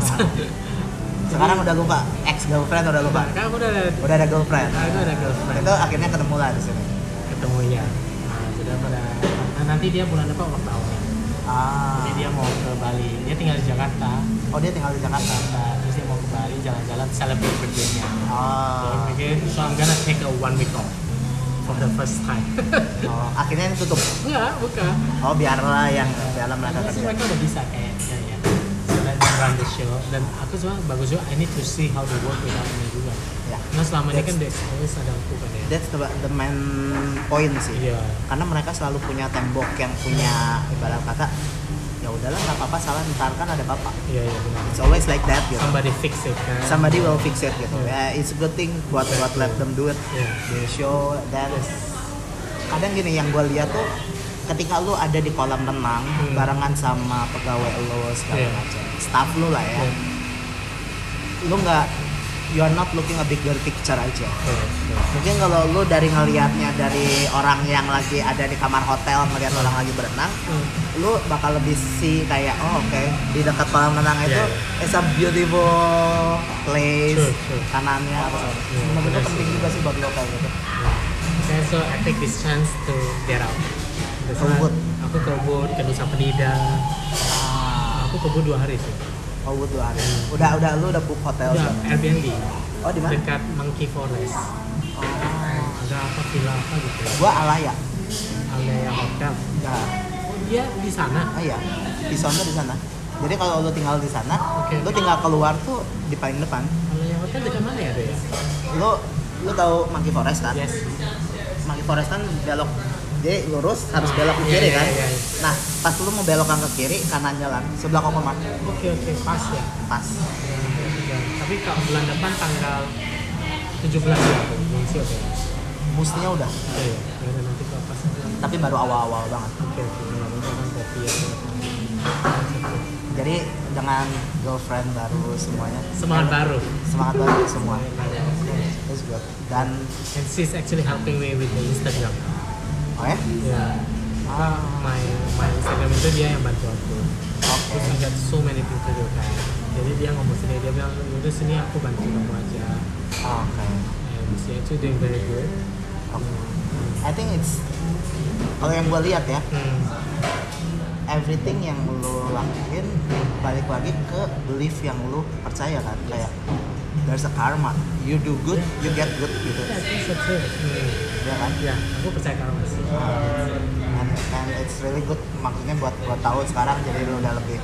Speaker 1: sekarang udah lupa ex girlfriend udah lupa
Speaker 2: Kan aku udah ada,
Speaker 1: udah ada girlfriend
Speaker 2: aku ada girlfriend.
Speaker 1: itu akhirnya ketemu lah di sini
Speaker 2: ketemu ya nah, sudah pada nah, nanti dia bulan depan ulang tahun
Speaker 1: ah
Speaker 2: jadi dia mau ke Bali dia tinggal di Jakarta
Speaker 1: oh dia tinggal di Jakarta
Speaker 2: Nah, terus dia mau ke Bali jalan-jalan celebrate birthday-nya so,
Speaker 1: oh,
Speaker 2: okay, so I'm gonna take a one week off for the first time
Speaker 1: oh akhirnya ini tutup
Speaker 2: enggak bukan
Speaker 1: oh biarlah yang dalam rangka
Speaker 2: Karena sih
Speaker 1: kerja
Speaker 2: mereka udah bisa kayak ya, ya. So, let them run the show dan aku cuma bagus juga I need to see how they work without me juga
Speaker 1: ya
Speaker 2: karena selama ini kan there's always ada aku kan ya
Speaker 1: that's the, the main point sih
Speaker 2: iya
Speaker 1: karena mereka selalu punya tembok yang punya ibarat kata ya udahlah nggak apa-apa salah ntar kan ada bapak
Speaker 2: iya iya benar
Speaker 1: it's always like that gitu
Speaker 2: somebody fix it kan
Speaker 1: somebody will fix it gitu ya it's a good thing buat buat let them do it
Speaker 2: Iya.
Speaker 1: they show that kadang gini yang gue lihat tuh ketika lu ada di kolam renang
Speaker 2: Hmm.
Speaker 1: barengan sama pegawai lo segala
Speaker 2: Iya.
Speaker 1: macam staff lu lah ya
Speaker 2: Iya.
Speaker 1: lu nggak you're not looking a bigger picture aja
Speaker 2: Iya, iya.
Speaker 1: mungkin kalau lu dari ngelihatnya dari orang yang lagi ada di kamar hotel melihat orang lagi berenang
Speaker 2: Hmm.
Speaker 1: lu bakal lebih sih kayak oh oke di dekat kolam renang itu
Speaker 2: Yeah,
Speaker 1: it's a beautiful place
Speaker 2: Sure, sure.
Speaker 1: kanannya apa segala
Speaker 2: Yeah,
Speaker 1: macam. menurut
Speaker 2: benar
Speaker 1: gue penting
Speaker 2: sih.
Speaker 1: juga sih buat lo kayak gitu
Speaker 2: Okay, so I take this chance to get out. That's
Speaker 1: Ke
Speaker 2: why
Speaker 1: Ubud.
Speaker 2: Aku ke Ubud, ke Nusa Penida.
Speaker 1: Ah.
Speaker 2: Aku ke Ubud dua hari sih.
Speaker 1: oh butuh dua hari udah udah lu udah book hotel
Speaker 2: Udah
Speaker 1: belum?
Speaker 2: Airbnb
Speaker 1: oh di mana
Speaker 2: dekat Monkey Forest.
Speaker 1: oh.
Speaker 2: Ada apa villa apa gitu?
Speaker 1: gua alaya
Speaker 2: Alea Hotel.
Speaker 1: nah
Speaker 2: Oh dia di sana.
Speaker 1: ah, iya di sana di sana jadi kalau lu tinggal di sana
Speaker 2: Oke.
Speaker 1: lu tinggal keluar tuh di paling depan
Speaker 2: Alea Hotel dekat mana ya deh?
Speaker 1: lu lu tahu Monkey Forest kan
Speaker 2: Yes.
Speaker 1: Monkey Forest kan belok jadi lurus harus
Speaker 2: Ah,
Speaker 1: belok ke
Speaker 2: iya,
Speaker 1: kiri
Speaker 2: iya,
Speaker 1: kan
Speaker 2: iya, iya.
Speaker 1: nah pas lu mau belokan ke kiri kanan jalan sebelah Kokomar
Speaker 2: Oke oke pas ya.
Speaker 1: pas
Speaker 2: Tapi kalau bulan depan tanggal 17 ya aku belum siap ya.
Speaker 1: mestinya udah
Speaker 2: Oke ya. Yaudah, nanti kalau pas itu.
Speaker 1: tapi baru awal-awal banget
Speaker 2: Oke oke. Nanti akan kopi ya.
Speaker 1: jadi dengan girlfriend baru semuanya
Speaker 2: Semangat baru.
Speaker 1: semangat baru semua terus good dan
Speaker 2: And she's actually helping me with the Instagram.
Speaker 1: oh ya
Speaker 2: Yeah. Ah, my my Instagram itu dia yang bantu aku.
Speaker 1: oke
Speaker 2: Terus I got so many things to do kan. Jadi dia ngomong sini dia bilang udah sini aku bantu kamu aja.
Speaker 1: oke
Speaker 2: And she actually doing very good.
Speaker 1: oke I think it's kalau yang gue lihat ya
Speaker 2: Hmm.
Speaker 1: everything yang lo lakuin balik lagi ke belief yang lo percaya kan kayak there's a karma you do good you get good gitu
Speaker 2: Yeah, I think so too. Hmm.
Speaker 1: ya kan
Speaker 2: Ya, aku percaya karma sih.
Speaker 1: and, and it's really good maksudnya buat buat tahu sekarang jadi lo udah lebih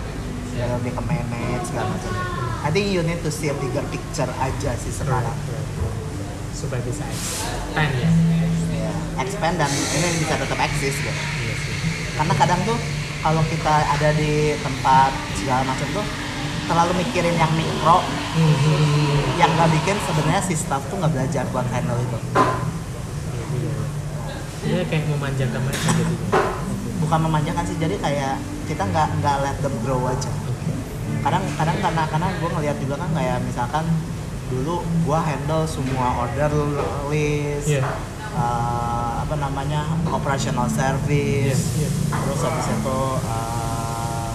Speaker 1: udah lebih ke manage segala macam ya. I think you need to see a bigger picture aja sih sekarang
Speaker 2: Supaya bisa expand ya.
Speaker 1: Ya, expand dan ini bisa tetap eksis gitu
Speaker 2: Iya sih.
Speaker 1: karena kadang tuh kalau kita ada di tempat segala macam tuh terlalu mikirin yang mikro
Speaker 2: Iya.
Speaker 1: yang nggak bikin sebenarnya si staff tuh nggak belajar buat handle itu
Speaker 2: Iya, iya. Dia kayak memanjakan mereka gitu. jadinya.
Speaker 1: bukan memanjakan sih jadi kayak kita nggak nggak let them grow aja
Speaker 2: Oke.
Speaker 1: kadang kadang karena karena gue ngeliat juga kan kayak misalkan dulu gue handle semua order list
Speaker 2: Iya.
Speaker 1: eh, apa namanya operational service
Speaker 2: Yes, yes.
Speaker 1: terus habis itu eh,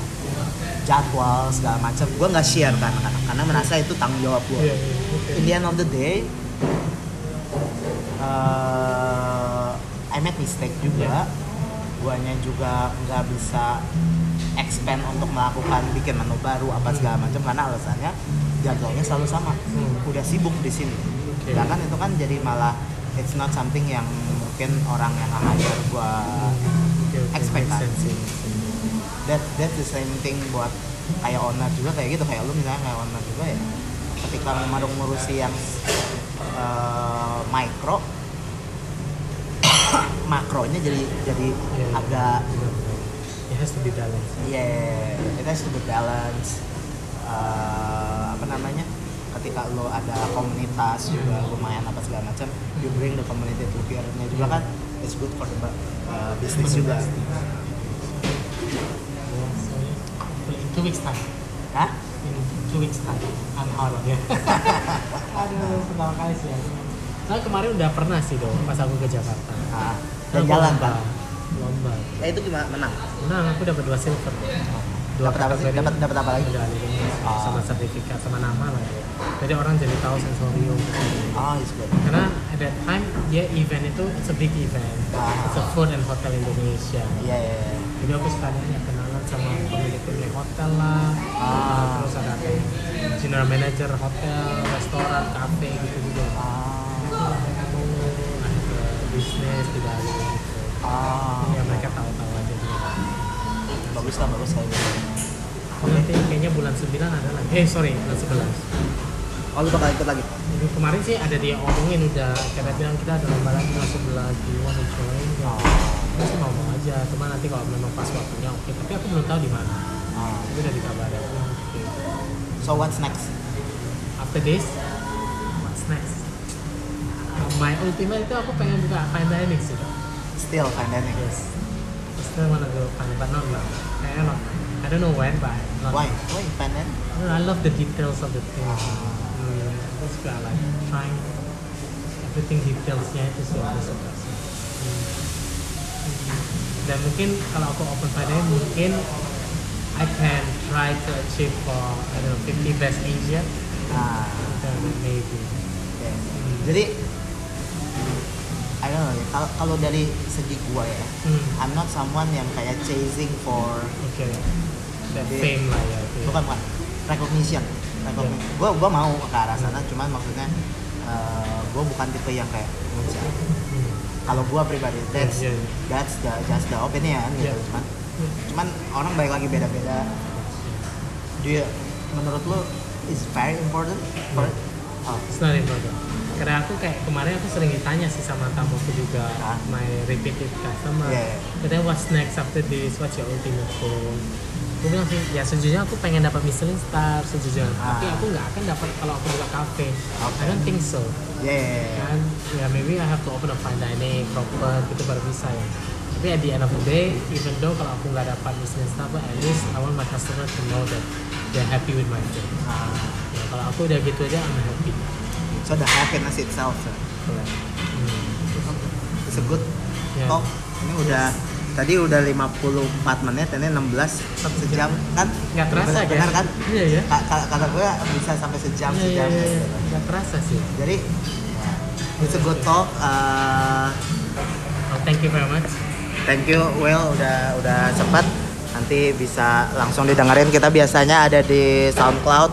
Speaker 1: jadwal segala macam gue nggak share kan karena, karena merasa itu tanggung jawab gue
Speaker 2: Iya, iya. Oke.
Speaker 1: in the end of the day uh, I made mistake juga
Speaker 2: Iya.
Speaker 1: guanya juga nggak bisa expand untuk melakukan bikin menu baru apa segala macam karena alasannya jadwalnya selalu sama
Speaker 2: Hmm.
Speaker 1: udah sibuk di sini
Speaker 2: Oke.
Speaker 1: sedangkan itu kan jadi malah it's not something yang mungkin orang yang ngajar gua
Speaker 2: Oke, oke.
Speaker 1: Expect
Speaker 2: Make
Speaker 1: lah.
Speaker 2: sense sih.
Speaker 1: that that's the same thing buat kayak owner juga kayak gitu kayak lu misalnya kayak owner juga ya ketika memang ngurusi yang eh, mikro makronya jadi jadi
Speaker 2: Iya, iya.
Speaker 1: agak
Speaker 2: It has to be balanced.
Speaker 1: ya kita harus be balance Eh, apa namanya ketika lo ada komunitas juga lumayan apa segala macam you bring the community together-nya juga kan it's good for the eh, business juga
Speaker 2: So, in two weeks time.
Speaker 1: Hah?
Speaker 2: in two weeks time I'm out of here. Aduh, pertama kali sih aku. Nah kemarin udah pernah sih dong pas aku ke Jakarta.
Speaker 1: Ah,
Speaker 4: Dan
Speaker 2: Aku
Speaker 4: jalan,
Speaker 2: lomba.
Speaker 4: Pak?
Speaker 2: Lomba.
Speaker 4: Ya
Speaker 1: Eh,
Speaker 4: itu gimana menang?
Speaker 2: Nah aku dapat dua silver. Dua
Speaker 1: dapat apa sih?
Speaker 2: kategori.
Speaker 1: Dapat dapat apa lagi?
Speaker 2: medali emas
Speaker 1: Oh.
Speaker 2: sama sertifikat sama nama lah ya. Jadi orang jadi tahu sensorium.
Speaker 1: Oh, it's good.
Speaker 2: Karena at that time ya event itu it's a big event.
Speaker 1: Ah.
Speaker 2: It's a food and hotel Indonesia.
Speaker 1: Iya, iya, iya.
Speaker 2: Jadi aku sekalian ya kenalan sama pemilik-pemilik hotel lah,
Speaker 1: Ah.
Speaker 2: terus ada kayak general manager hotel, restoran, kafe gitu juga.
Speaker 1: Ah,
Speaker 2: Ada ke bisnis di Bali. gitu.
Speaker 1: ah,
Speaker 2: Ya mereka tahu-tahu aja gitu.
Speaker 1: bagus lah, bagus lah.
Speaker 2: Nanti kayaknya bulan 9 ada lagi. Eh sorry, bulan 11.
Speaker 4: Oh lu bakal ikut lagi?
Speaker 2: Jadi kemarin sih ada dia omongin udah karena bilang kita ada lomba lagi masuk lagi want to join ya terus mau mau aja cuma nanti kalau memang pas waktunya oke tapi aku belum tahu di mana
Speaker 1: Ah.
Speaker 2: itu udah dikabarin Oke.
Speaker 1: So what's next?
Speaker 2: after this what's next Uh, my ultimate itu aku pengen buka pandemic sih dok
Speaker 1: Still pandemic.
Speaker 2: yes I still wanna go pandemic but not now kayaknya not I don't know when but not
Speaker 1: Why? Why pandemic?
Speaker 2: No, I love the details of the thing. Hmm, Terus kayak like trying everything detailsnya itu sih aku suka sih. Hmm. Dan mungkin kalau aku open pada mungkin I can try to achieve for I don't know 50 best Asia
Speaker 1: Ah,
Speaker 2: dan maybe.
Speaker 1: okay. Jadi, I don't know. ya, Kalau kalau dari segi gua ya,
Speaker 2: Hmm.
Speaker 1: I'm not someone yang kayak chasing for
Speaker 2: Oke. That
Speaker 1: Jadi-
Speaker 2: fame lah ya. itu ya.
Speaker 1: bukan bukan recognition recognition
Speaker 2: Iya.
Speaker 1: gue gua mau ke arah sana cuman maksudnya gue bukan tipe yang kayak ngejar
Speaker 2: Hmm.
Speaker 1: kalau gue pribadi that's
Speaker 2: Iya, iya.
Speaker 1: that's the just the opinion gitu
Speaker 2: Iya.
Speaker 1: cuman cuman orang balik lagi beda-beda dia menurut lo is very important for
Speaker 2: Iya.
Speaker 1: oh,
Speaker 2: It's not important. Karena aku kayak kemarin aku sering ditanya sih sama tamuku juga,
Speaker 1: Ah.
Speaker 2: my repeated customer.
Speaker 1: Yeah.
Speaker 2: Katanya what's next after this? What's your ultimate goal? Aku bilang sih, ya sejujurnya aku pengen dapat Michelin star sejujurnya.
Speaker 1: Ah.
Speaker 2: Tapi aku nggak akan dapat kalau aku buka kafe.
Speaker 1: Okay.
Speaker 2: I don't think so.
Speaker 1: yeah
Speaker 2: Kan, ya maybe I have to open a fine dining proper gitu baru bisa ya. Tapi at the end of the day, even though kalau aku nggak dapat Michelin star, but at least I want my customer to know that they're happy with my food.
Speaker 1: Ah,
Speaker 2: Ya, kalau aku udah gitu aja, I'm happy.
Speaker 1: so the happiness itself
Speaker 2: Hmm.
Speaker 1: is a good
Speaker 2: Ya.
Speaker 1: talk ini udah tadi udah 54 menit ini 16
Speaker 2: Satu
Speaker 1: sejam kan
Speaker 2: Iya. nggak terasa
Speaker 1: Benar- benar
Speaker 2: guys.
Speaker 1: kan
Speaker 2: iya ya
Speaker 1: Ka- ka- kata gue bisa sampai sejam
Speaker 2: Iya,
Speaker 1: sejam
Speaker 2: iya, iya. nggak terasa sih
Speaker 1: jadi it's a good talk Uh,
Speaker 2: oh, thank you very much
Speaker 1: thank you Will udah udah cepat nanti bisa langsung didengerin kita biasanya ada di SoundCloud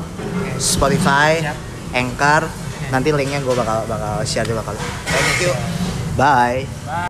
Speaker 1: Spotify
Speaker 2: Iya.
Speaker 1: Anchor nanti linknya gue bakal bakal share di bakal thank you bye